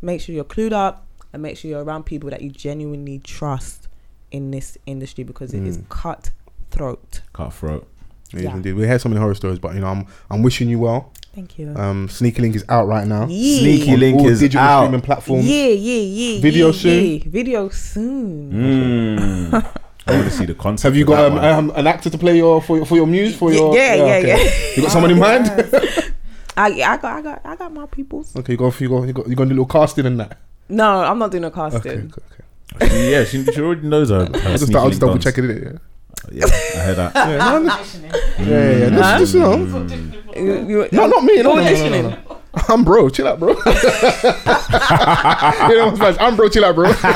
G: Make sure you're clued up and make sure you're around people that you genuinely trust in this industry because it is
E: Mm.
G: cutthroat.
D: Cutthroat.
E: It is
G: Yeah.
E: indeed. We hear so many horror stories, but you know, I'm I'm wishing you well.
G: Thank you.
E: Um, Sneaky Link is out right now.
G: yeah.
D: Sneaky Link
E: all
D: is
E: digital
D: out.
E: streaming platforms.
G: Yeah, yeah, yeah.
E: Video
G: yeah,
E: soon?
G: yeah. Video soon.
D: Mm. [LAUGHS] I want to see the concept.
E: Hmm. Have you
D: of
E: got
D: that
E: um,
D: one.
E: um, an actor to play your for your for your muse for
G: Y-
E: your?
G: yeah, yeah,
E: okay. You got someone in mind?
G: [LAUGHS]
E: [LAUGHS]
G: I, I got, I got, I got my peoples.
E: okay, you got you got you got you gonna do a little casting and that.
G: No, I'm not doing a casting.
E: Okay, okay.
D: [LAUGHS]
E: okay.
D: yeah, she, she already knows her. her
E: I'll uh, just
D: sneaky
E: I'll
D: link
E: just double
D: dance.
E: checking it. Yeah.
D: Yeah, I heard
G: [LAUGHS]
D: that.
E: Yeah, no, no. yeah, yeah, yeah.
D: Hmm.
E: Just, just, you know.
G: You- you-
E: No, not me. No, no, no, no, no,
G: Auditioning.
E: no. I'm bro. Chill out, bro. [LAUGHS] you know, it's like, I'm bro. Chill out,
D: [LAUGHS]
E: bro. [LAUGHS]
F: Katrina,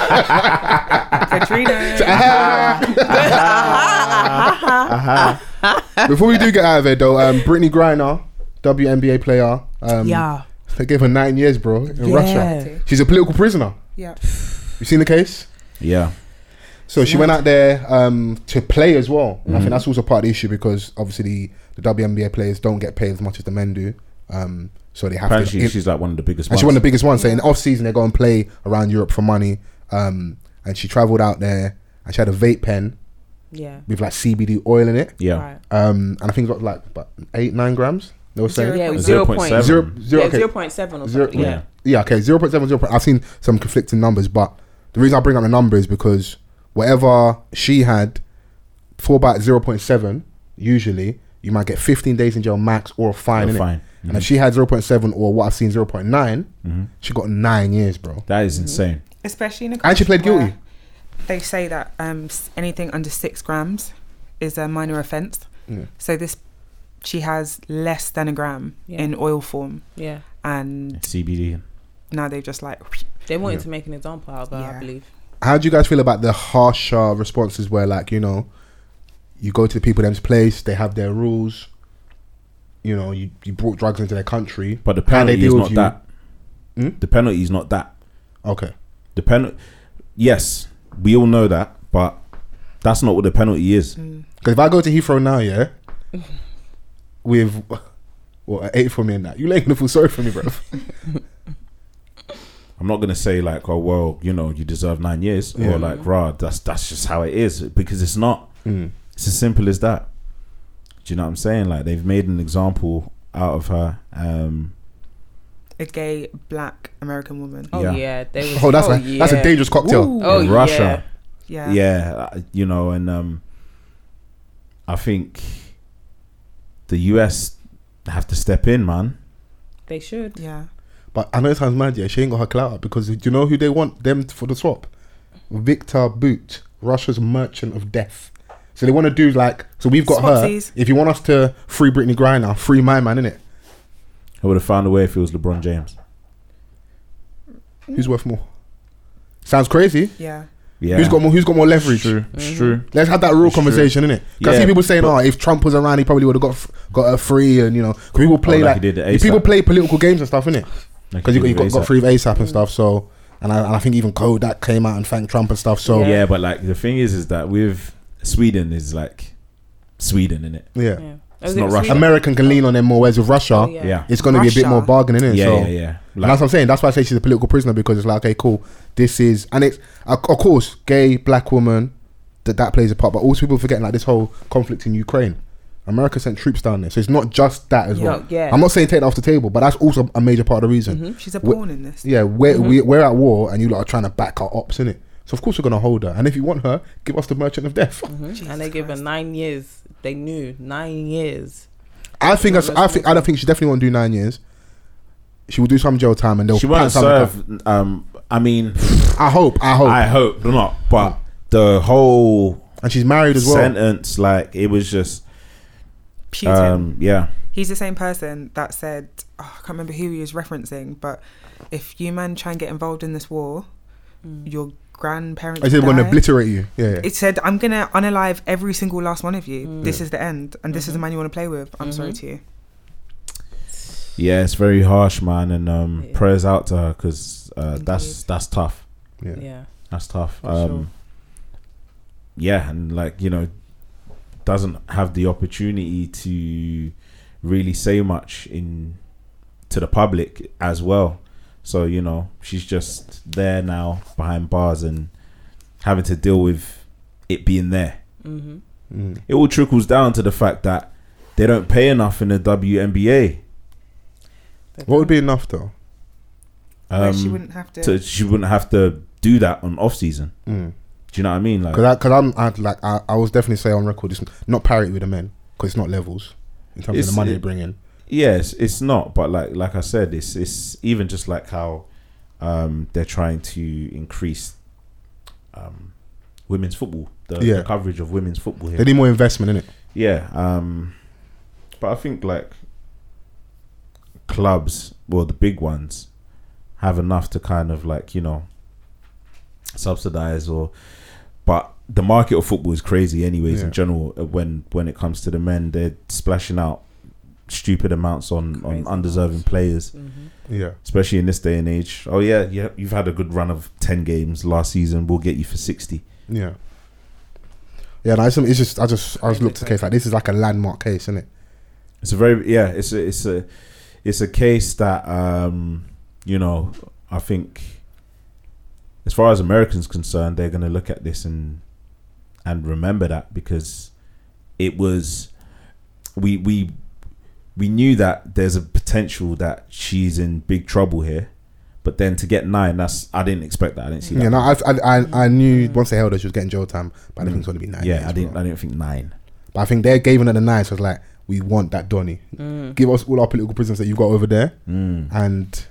E: Ah. Before we do get out of here, though, um, Brittany Griner, WNBA player. Um,
G: yeah.
E: They gave her nine years, bro, in
G: Yeah.
E: Russia. She's a political prisoner.
F: Yeah.
E: You seen the case?
D: Yeah.
E: So she went out there um, to play as well. And
D: Mm-hmm.
E: I think that's also part of the issue because obviously the, the WNBA players don't get paid as much as the men do. Um, so they have
D: Apparently,
E: to. in-
D: she's like one of the biggest.
E: and she's one
D: ones.
E: of the biggest ones. So in the off season, they go and play around Europe for money. Um, and she traveled out there and she had a vape pen
G: Yeah.
E: with like CBD oil in it.
D: Yeah.
G: Right.
E: Um, and I think it got like about eight, nine grams. They were saying
G: Yeah, it was
D: Zero
G: zero
D: point
G: point
D: seven.
E: zero, zero,
G: yeah,
E: okay.
G: zero point seven or
E: Zero-
G: something. Yeah.
E: yeah, okay, 0.7, 0.8. I've seen some conflicting numbers, but the reason I bring up the number is because whatever she had for about 0.7, usually you might get 15 days in jail max or a fine.
D: Or a
E: innit?
D: fine. Mm-hmm.
E: And if she had 0.7 or what I've seen 0.9, she got nine years, bro.
D: That
G: Mm-hmm.
D: is insane.
F: Especially in a
E: And she played
F: country
E: guilty.
F: where They say that um, s- anything under six grams is a minor offence. So this, she has less than a gram
G: Yeah.
F: in oil form,
G: Yeah.
F: and
D: CBD.
F: now they've just like
G: They wanted to make an example out of her,
F: Yeah.
G: I believe.
E: How do you guys feel about the harsher responses where, like, you know, you go to the people them's place, they have their rules, you know, you, you brought drugs into their country.
D: But the
E: how they
D: penalty is
E: deal with
D: not
E: you-
D: that.
E: Hmm?
D: The penalty is not that.
E: Okay.
D: The penalty. Yes, we all know that, but that's not what the penalty is.
G: Mm.
E: Because if I go to Heathrow now,
G: [LAUGHS]
E: yeah, with what an eight for me and that, you ain't gonna feel sorry for me, bro.
D: I'm not gonna say like, oh well, you know, you deserve nine years,
E: Yeah.
D: or like, rah, that's that's just how it is because it's not.
E: Mm.
D: It's as simple as that. Do you know what I'm saying? Like they've made an example out of her. Um,
F: a gay black American woman.
G: Oh
D: Yeah.
G: yeah. They was,
E: Oh, that's a that's a
G: yeah.
E: dangerous cocktail.
G: Ooh. Oh,
D: in
G: yeah.
D: Russia,
F: Yeah.
D: yeah. uh, you know, and um, I think the U.S. have to step in, man.
G: They should.
F: Yeah.
E: But I know it sounds mad, yeah. She ain't got her clout up because do you know who they want them for the swap? Victor Boot, Russia's merchant of death. So they want to do like so. We've got
F: Swapsies.
E: her. If you want us to free Brittany Griner, free my man, innit?
D: I would have found a way if it was LeBron James.
E: Who's worth more? Sounds crazy.
F: Yeah.
D: Yeah,
E: Who's got more? Who's got more leverage?
D: It's true.
E: Let's have that real
D: It's true.
E: conversation, innit? Because I
D: Yeah,
E: see people saying,
D: but-
E: "Oh, if Trump was around, he probably would have got f- got a free," and you know, 'cause people play
D: Oh, like
E: like,
D: he did at
E: if people
D: ASAP.
E: play political games and stuff, innit?
D: Like
E: Because you got
D: he
E: you got,
D: did
E: got
D: ASAP.
E: free with ASAP and stuff. So, and I, and I think even Kodak came out and thanked Trump and stuff. So,
D: Yeah.
E: yeah,
D: but like the thing is, is that with Sweden is like Sweden in it.
G: Yeah.
D: It's
G: Was it
D: not Russia.
G: Sweden?
E: American can lean on them more. Whereas with Russia,
G: Oh, yeah.
D: Yeah,
E: it's going to be a bit
F: Russia.
E: more bargaining, innit?
D: yeah,
E: so,
D: yeah, yeah.
E: and that's what I'm saying. That's why I say she's a political prisoner because it's like, okay, cool. This is, and it's of of course, gay, black woman, that that plays a part. But also, people forgetting like this whole conflict in Ukraine. America sent troops down there, so it's not just that as
G: Yeah.
E: well.
G: No, yeah. Mm-hmm.
E: I'm not saying take that off the table, but that's also a major part of the reason.
F: She's a
E: Wh-
F: pawn in this.
E: Yeah, we're we, we're at war, and you lot are trying to back our ops in it. So of course we're gonna hold her, and if you want her, give us the merchant of death.
G: and they gave her nine years. They knew nine years.
E: I think that's, I think I don't think she definitely won't do nine years. She will do some jail time, and they'll
D: she
E: pat
D: won't
E: something Oh. down.
D: serve. Um, I mean,
E: I hope, I hope,
D: I hope not. But the whole
E: and she's married as well.
D: sentence, like, it was just,
F: Putin.
D: um, yeah,
F: He's the same person that said, oh, I can't remember who he was referencing, but if you man try and get involved in this war,
E: Mm.
F: your grandparents.
E: I said we're
F: die.
E: gonna obliterate you. Yeah, yeah.
F: It said, I'm going to unalive every single last one of you. This is the end. And this is the man you want to play with. I'm sorry to you.
D: yeah, it's very harsh, man. And um,
G: Yeah.
D: prayers out to her because uh, that's that's tough.
E: yeah.
G: Yeah.
D: That's tough.
E: For sure.
D: Um, Yeah, and like you know, doesn't have the opportunity to really say much in to the public as well. So you know, she's just there now behind bars and having to deal with it being there.
G: Mhm.
E: Mm.
D: It all trickles down to the fact that they don't pay enough in the WNBA.
E: What would be enough though?
F: Where she
D: Um,
F: wouldn't have to.
D: to, she wouldn't have to do that on off season.
E: Mm.
D: Do you know what I mean? Like,
E: Because I, cause I'm I'd like I, I was definitely say on record it's not parity with the men because it's not levels in terms
D: It's-
E: of the money
D: it-
E: they bring in.
D: yes it's not but like like i said it's it's even just like how um they're trying to increase um women's football the,
E: Yeah.
D: the coverage of women's football
E: They
D: here
E: need more investment in it.
D: yeah um but i think like clubs well the big ones have enough to kind of like you know subsidize or but the market of football is crazy, anyways.
E: Yeah.
D: In general, uh, when when it comes to the men, they're splashing out stupid amounts on on
G: Crazy
D: undeserving
G: amounts.
D: players,
G: Mhm.
E: Yeah.
D: especially in this day and age. Oh yeah, yeah, you've had a good run of ten games last season. We'll get you for sixty.
E: Yeah. Yeah, and I just, it's just, I just, I just looked at the case like this is like a landmark case, isn't it?
D: It's a very yeah. It's a it's a it's a case that um you know I think as far as Americans concerned, they're going to look at this and and remember that because it was we we we knew that there's a potential that she's in big trouble here, but then to get nine, that's I didn't expect that. I didn't see that.
E: Yeah, no, I, I, I, I knew once they held her, she was getting jail time, but I didn't think it was going to be nine.
D: Mm. yeah,
E: years,
D: I didn't.
E: bro.
D: I didn't think nine.
E: But I think they're giving her the nine, so it's like, we want that Donny.
G: Mm.
E: Give us all our political prisoners that you got over there.
D: Mm.
E: And,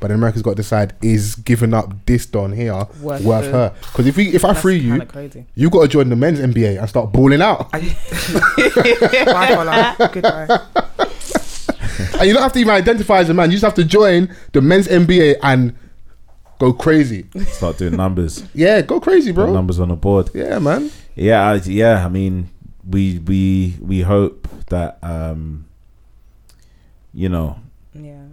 E: but then America's got to decide is giving up this Don here worth,
G: Worth the-
E: her? Because if we, if I
G: That's
E: free you,
G: kinda crazy.
E: you got to join the men's NBA and start balling out.
F: Bye, [LAUGHS] Ola. Goodbye.
E: [LAUGHS] And you don't have to even identify as a man. You just have to join the men's NBA and go crazy.
D: Start doing numbers,
E: Yeah, go crazy,
D: put
E: [LAUGHS] bro.
D: numbers on the board.
E: Yeah, man.
D: yeah I, yeah i mean we we we hope that um you know
G: Yeah.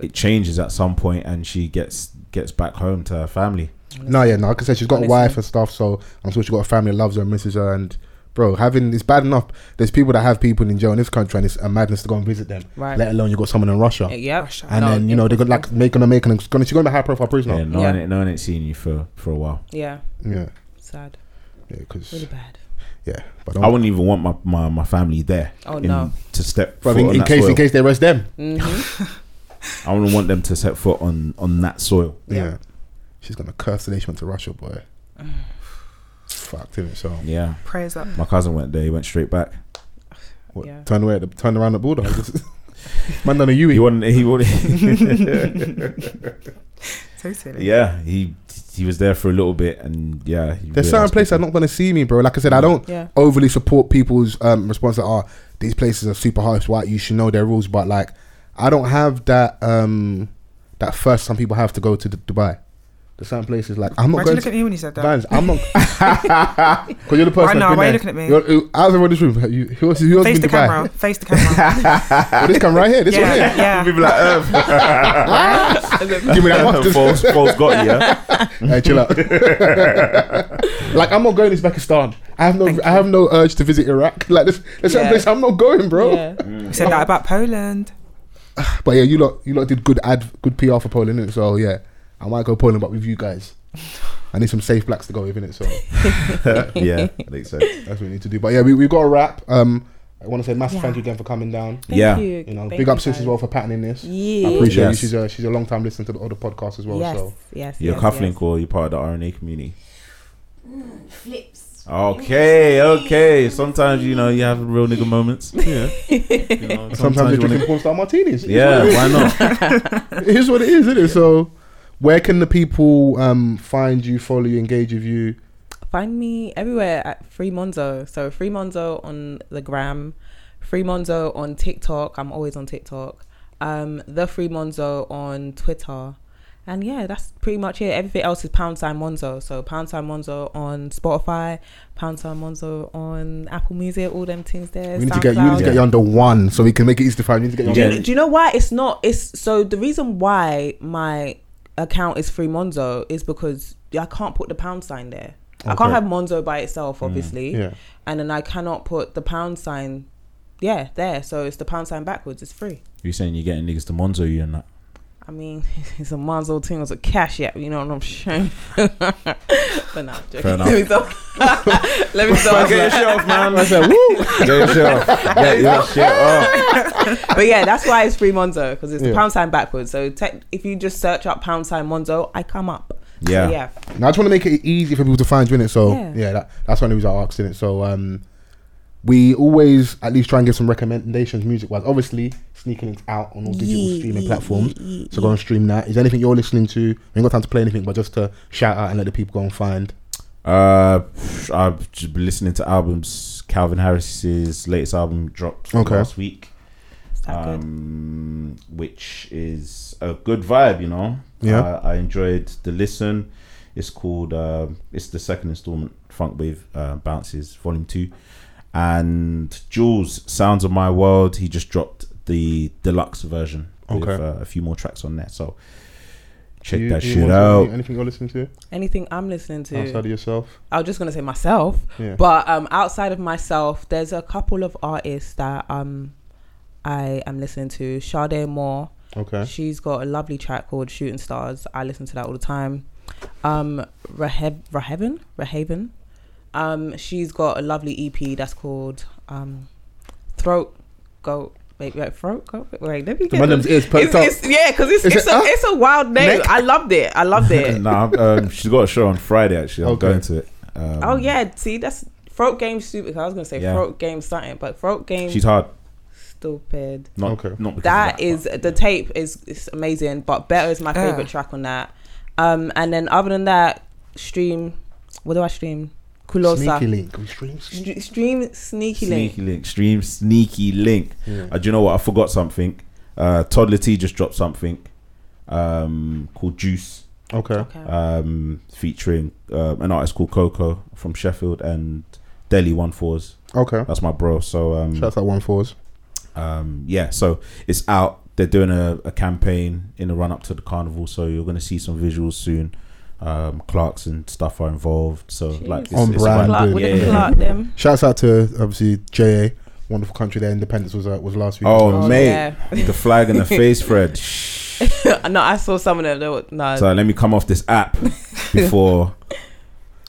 D: it changes at some point and she gets gets back home to her family
E: No, yeah, no. Like I said, she's got
G: Honestly.
E: a wife and stuff, so I'm sure she's got a family, that loves her, and misses her, and bro, having it's bad enough. There's people that have people in jail in this country, and it's a madness to go and visit them.
G: Right.
E: Let alone you got someone in Oh. Russia,
G: Yeah.
E: and then you know they got like making her making. She's gonna, she's gonna be a high profile prisoner.
D: yeah
E: Yeah,
D: no,
G: Yeah.
D: One, ain't- no one ain't seen you for for a while
G: Yeah.
E: yeah,
G: Sad.
E: yeah. Cause,
G: Really bad.
E: yeah but
D: i wouldn't even want my my, my family there
G: Oh,
D: in-
G: no.
D: to step
E: Bro,
D: foot
E: in,
D: on
E: in
D: that
E: case
D: soil.
E: in case they arrest them. [LAUGHS]
G: Mhm.
D: i wouldn't want them to set foot on on that soil
E: Yeah.
G: Yeah.
E: she's gonna curse the nation to Russia,
G: [SIGHS]
E: boy. Fucked him. So
D: yeah
F: Prayers up.
D: my cousin went there he went straight back
E: what,
G: Yeah.
E: turn away, at the, turn around the border. [LAUGHS] man, done a E.
D: he
E: Yui.
D: wouldn't he
E: [LAUGHS]
D: wouldn't [LAUGHS]
F: So silly.
D: yeah he he was there for a little bit and yeah he
E: There's certain
D: realised
E: places [LAUGHS] that are not gonna see me, bro. Like I said, I don't.
G: Yeah.
E: overly support people's um, response that are these places are super harsh. Why you should know their rules, but like I don't have that um, that first. Some people have to go to D- Dubai. The certain places like I'm not
F: Why'd you
E: going
F: look
E: to
F: at me when you said that?
E: Vans. I'm not [LAUGHS] because you're the person.
F: know, why you
E: that's been there.
F: looking at me?
E: You're- you- Out of everyone in this room, you, who else, who else
F: Face the
E: been to Dubai? [LAUGHS]
F: camera. Face the camera.
E: Oh, this camera right here. This
F: [LAUGHS]
E: one here. [LAUGHS]
F: yeah, yeah.
D: people like "Uh, [LAUGHS]
E: um. Give me that mustard.
D: False, false got you. [LAUGHS] yeah?
E: Hey, chill
G: [LAUGHS]
E: out. like I'm not going to Uzbekistan. I have no.
F: Thank
E: I have no urge to visit Iraq. [LAUGHS] Like this. There's certain
G: Yeah.
E: place I'm not going, bro.
G: Yeah.
F: You said that about Poland.
E: But yeah, you lot, you lot did good ad, good PR for Poland, innit? So yeah, I might go Poland, but with you guys, I need some safe blacks to go with, innit? So
D: yeah, makes sense.
E: that's what we need to do. But yeah, we we got a wrap. Um, I want to say massive thank you again for coming down.
G: Thank
D: Yeah.
G: You,
E: You know,
G: Thank
E: big
G: you
E: up sis
G: guys.
E: as well for patterning this.
G: Yeah.
E: I appreciate
D: Yes.
E: you. She's a she's a long time listener to the other podcast as well.
G: yes.
E: So
G: Yes.
D: You're
G: yes,
D: cufflink
G: yes.
D: or you're part of the RNA community.
I: Flips.
D: Okay, okay. Sometimes you know you have real nigga moments. Yeah.
G: [LAUGHS]
D: You know,
E: sometimes
D: you
E: you're drinking
D: wanna-
E: porn star martinis. It's
D: Yeah,
E: what it is.
D: why not?
E: it is what it is, isn't it? So where can the people um find you, follow you, engage with you?
G: Find me everywhere at Free Monzo. So Free Monzo on the gram, Free Monzo on TikTok. I'm always on TikTok. Um, the Free Monzo on Twitter. And yeah, that's pretty much it. Everything else is pound sign Monzo. So pound sign Monzo on Spotify, pound sign Monzo on Apple Music, all them things there.
E: We need to get you need to
G: SoundCloud.
E: get you under one so we can make it easy to find. We need to get you
D: Yeah.
E: under
G: Do you, do you know why it's not? It's so the reason why my account is free Monzo is because I can't put the pound sign there. I
E: Okay. Mm.
G: can't have Monzo by itself, obviously,
E: yeah.
G: and then I cannot put the pound sign, yeah, there. So it's the pound sign backwards. It's free.
D: [LAUGHS] You saying you're getting niggas to Monzo you [LAUGHS] and that?
G: I mean, [LAUGHS] it's a Monzo thing. It's a cash app. You know what I'm saying? [LAUGHS] but nah, joking.
D: Fair
G: Let me stop. [LAUGHS]
E: [LAUGHS]
G: Let me stop.
D: off, man. I said, woo. Get your shit off. Get your shit off.
G: but yeah, that's why it's free Monzo because it's
E: Yeah.
G: the pound sign backwards. So tech if you just search up pound sign Monzo, I come up. So
D: Yeah.
G: yeah.
E: Now, I just want to make it easy for people to find you in it. So yeah,
G: Yeah.
E: that, that's one of the reasons I asked in it. So um, we always at least try and give some recommendations music wise. Obviously, Sneaker Link's out on all digital streaming platforms, so go and stream that. Is there anything you're listening to? We ain't got time to play anything, but just to shout out and let the people go and find.
D: Uh, I've just been listening to albums. Calvin Harris's latest album dropped
E: Okay.
D: last week.
G: Is that good?
D: um, which is a good vibe, you know.
E: Yeah.
D: I, I enjoyed um, the listen. It's called. Uh, it's the second installment Funk Wave uh, Bounces Volume Two, and Jules Sounds of My World. He just dropped the deluxe version with
E: Okay.
D: uh, a few more tracks on there. So check
E: You-
D: that
E: you
D: shit
E: want to-
D: out.
E: Anything you're listening to
G: Anything I'm listening to,
E: outside of yourself?
G: I was just gonna say myself,
E: Yeah.
G: but um, outside of myself, there's a couple of artists that um, I am listening to. Sade Moore,
E: okay.
G: She's got a lovely track called Shooting Stars. I listen to that all the time. Um Raheb Rahevan? Rahaven. Um she's got a lovely EP that's called um Throat Goat. Wait, wait, throat goat. Wait, let me
E: The
G: get
E: madam's
G: this.
E: ears perked
G: It's-
E: up.
G: it's- yeah, because it's
E: Is
G: it's
E: it
G: a,
E: up?
G: it's a wild name.
E: Neck?
G: I loved it.
E: [LAUGHS]
G: I loved it.
D: nah, um, she's got a show on Friday. Actually, I'm
E: Okay.
D: going to it. Um,
G: oh yeah, see that's throat game stupid. 'cause I was gonna say
D: Yeah.
G: throat game something, but throat game
D: she's hard.
G: stupid.
D: Not
E: Okay.
D: Not because
G: that
D: of
G: is the tape is, is amazing but better is my
F: Yeah.
G: favorite track on that um and then other than that stream what do i stream
E: Sneaky
G: kulosa
E: link. We stream.
G: Stre- stream sneaky link
D: Sneaky link, stream sneaky link.
E: Yeah.
D: Uh, do you know what? I forgot something. Uh, Toddler T just dropped something um, called Juice,
E: Okay.
G: okay
D: um, featuring um, an artist called Coco from Sheffield and Delhi One Fours.
E: Okay.
D: That's my bro. So um,
E: Shouts out one fours.
D: um, yeah, so it's out. They're doing a, a campaign in the run up to the carnival, so you're gonna see some visuals soon. Um, clerks and stuff are involved. So like
G: Jeez.
D: it's-
E: On
D: it's
E: brand,
D: about-
G: Clark,
E: dude.
G: with the
D: Yeah.
G: Clark them.
E: Shouts out to obviously JA, wonderful country. Their independence was uh, was last week.
D: Oh,
G: Oh,
D: mate,
G: yeah. [LAUGHS]
D: the flag in the face, Fred.
E: [LAUGHS]
G: no i saw some of them they were, no
D: So let me come off this
E: [LAUGHS]
D: app before.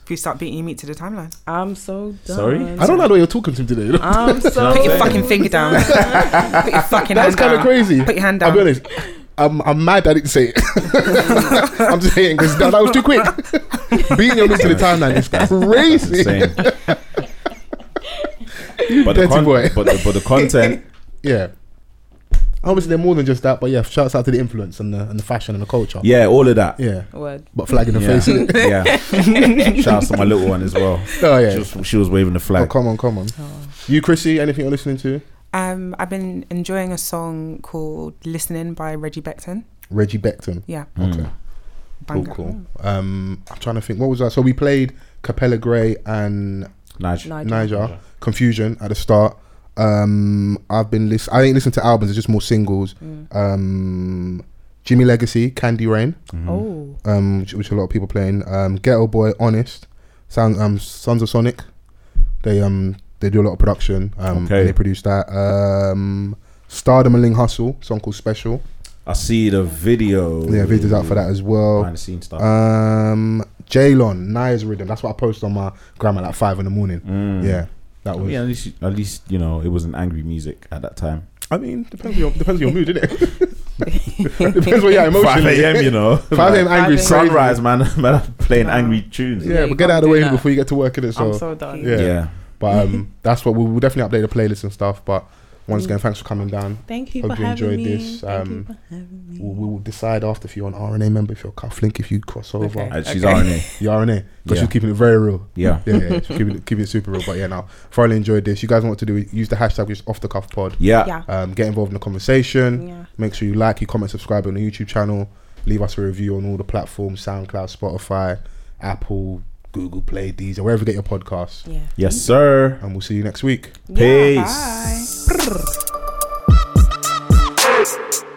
F: If you start beating your meat to the
E: [LAUGHS]
F: timeline,
G: i'm so done.
D: Sorry?
E: I don't know the way you're talking to him today. You know?
G: i'm so
F: put your fucking finger down. put your fucking hand
E: That's kind of
F: down.
E: crazy.
F: Put your hand
E: I'll be
F: down.
E: honest. I'm, I'm mad I didn't say it. [LAUGHS] I'm just saying because that, that was
F: [LAUGHS]
E: too quick. Beating your meat to the timeline is
D: [LAUGHS]
E: crazy.
D: Insane. but, the
E: dirty boy.
D: but, the, but the content,
E: Yeah. Obviously, they're more than just that, but yeah, shouts out to the influence and the, and the fashion and the culture.
D: yeah, all of that.
E: Yeah.
G: word
E: But flag in the
D: Yeah.
E: face.
D: [LAUGHS]
E: innit?
D: yeah.
E: [LAUGHS]
D: Shouts to my little one as well.
E: Oh,
D: She,
E: yeah.
D: was, she was waving the
E: Oh,
D: flag.
E: come on, come on. You, Chrissy, anything you're listening to?
F: Um, I've been enjoying a song called "Listening" by Reggie Beckton.
E: Reggie Beckton.
F: Yeah,
D: Mm.
E: Okay. Cool,
F: banger.
E: cool. Um, I'm trying to think. What was that? So we played Capella Gray and
D: Nigel.
G: Nigel.
E: Niger. Confusion at the start. Um, I've been listen. I ain't listened to albums. It's just more singles. Um, Jimmy Legacy, Candy Rain,
D: Mm-hmm.
G: oh
E: um, which, which a lot of people playing. Um, Ghetto Boy, Honest, Sound, um, Sons of Sonic. They um they do a lot of production. Um,
D: Okay.
E: and they produce that. Um, Stardom and Ling Hustle, song called Special.
D: I see the video.
E: Yeah, videos out for that Oh. as well.
D: Behind the scenes stuff.
E: Um, Jalon, Nia's rhythm. That's what I post on my gram at like five in the morning.
D: Mm.
E: Yeah, that
D: I
E: was.
D: mean, at least, at least you know it wasn't angry music at that time.
E: I mean, depends on your depends on your mood, innit?
D: [LAUGHS]
E: depends on your emotion.
D: Five
E: is.
D: a.m. You know,
E: [LAUGHS] Five a.m. angry
G: Five
E: crazy.
D: sunrise, man. [LAUGHS] man, I'm playing
F: Nah.
D: angry tunes.
E: Yeah,
G: Yeah, you
E: but get out
G: can't
E: of the
G: do
E: way
G: that.
E: before you get to work in it. So,
G: i'm so done
E: yeah.
D: yeah.
E: but
G: [LAUGHS]
E: um, that's what we will definitely update the playlist and stuff. But
G: Mm.
E: once again, thanks for coming down.
G: thank you
E: Hope
G: for
E: you
G: having
E: enjoyed
G: me
E: this.
G: Thank you
E: Um,
G: for having me.
E: We we will decide after if you're an RNA member, if you're a cufflink, if you cross over.
G: Okay.
D: And she's
G: Okay.
D: RNA.
E: You're RNA because
D: Yeah.
E: she's keeping it very real.
D: Yeah.
E: Yeah, yeah, she's keeping it, keeping it super real. But yeah, now thoroughly enjoyed this. You guys know what to do? Use the hashtag which is off the cuff pod.
D: yeah,
G: yeah
E: Um, get involved in the conversation.
G: yeah
E: Make sure you like, you comment, subscribe on the YouTube channel. Leave us a review on all the platforms: SoundCloud, Spotify, Apple, Google Play, Deezer, wherever you get your podcasts.
G: yeah
D: Yes, sir.
E: And we'll see you next week.
D: Peace.
G: bye.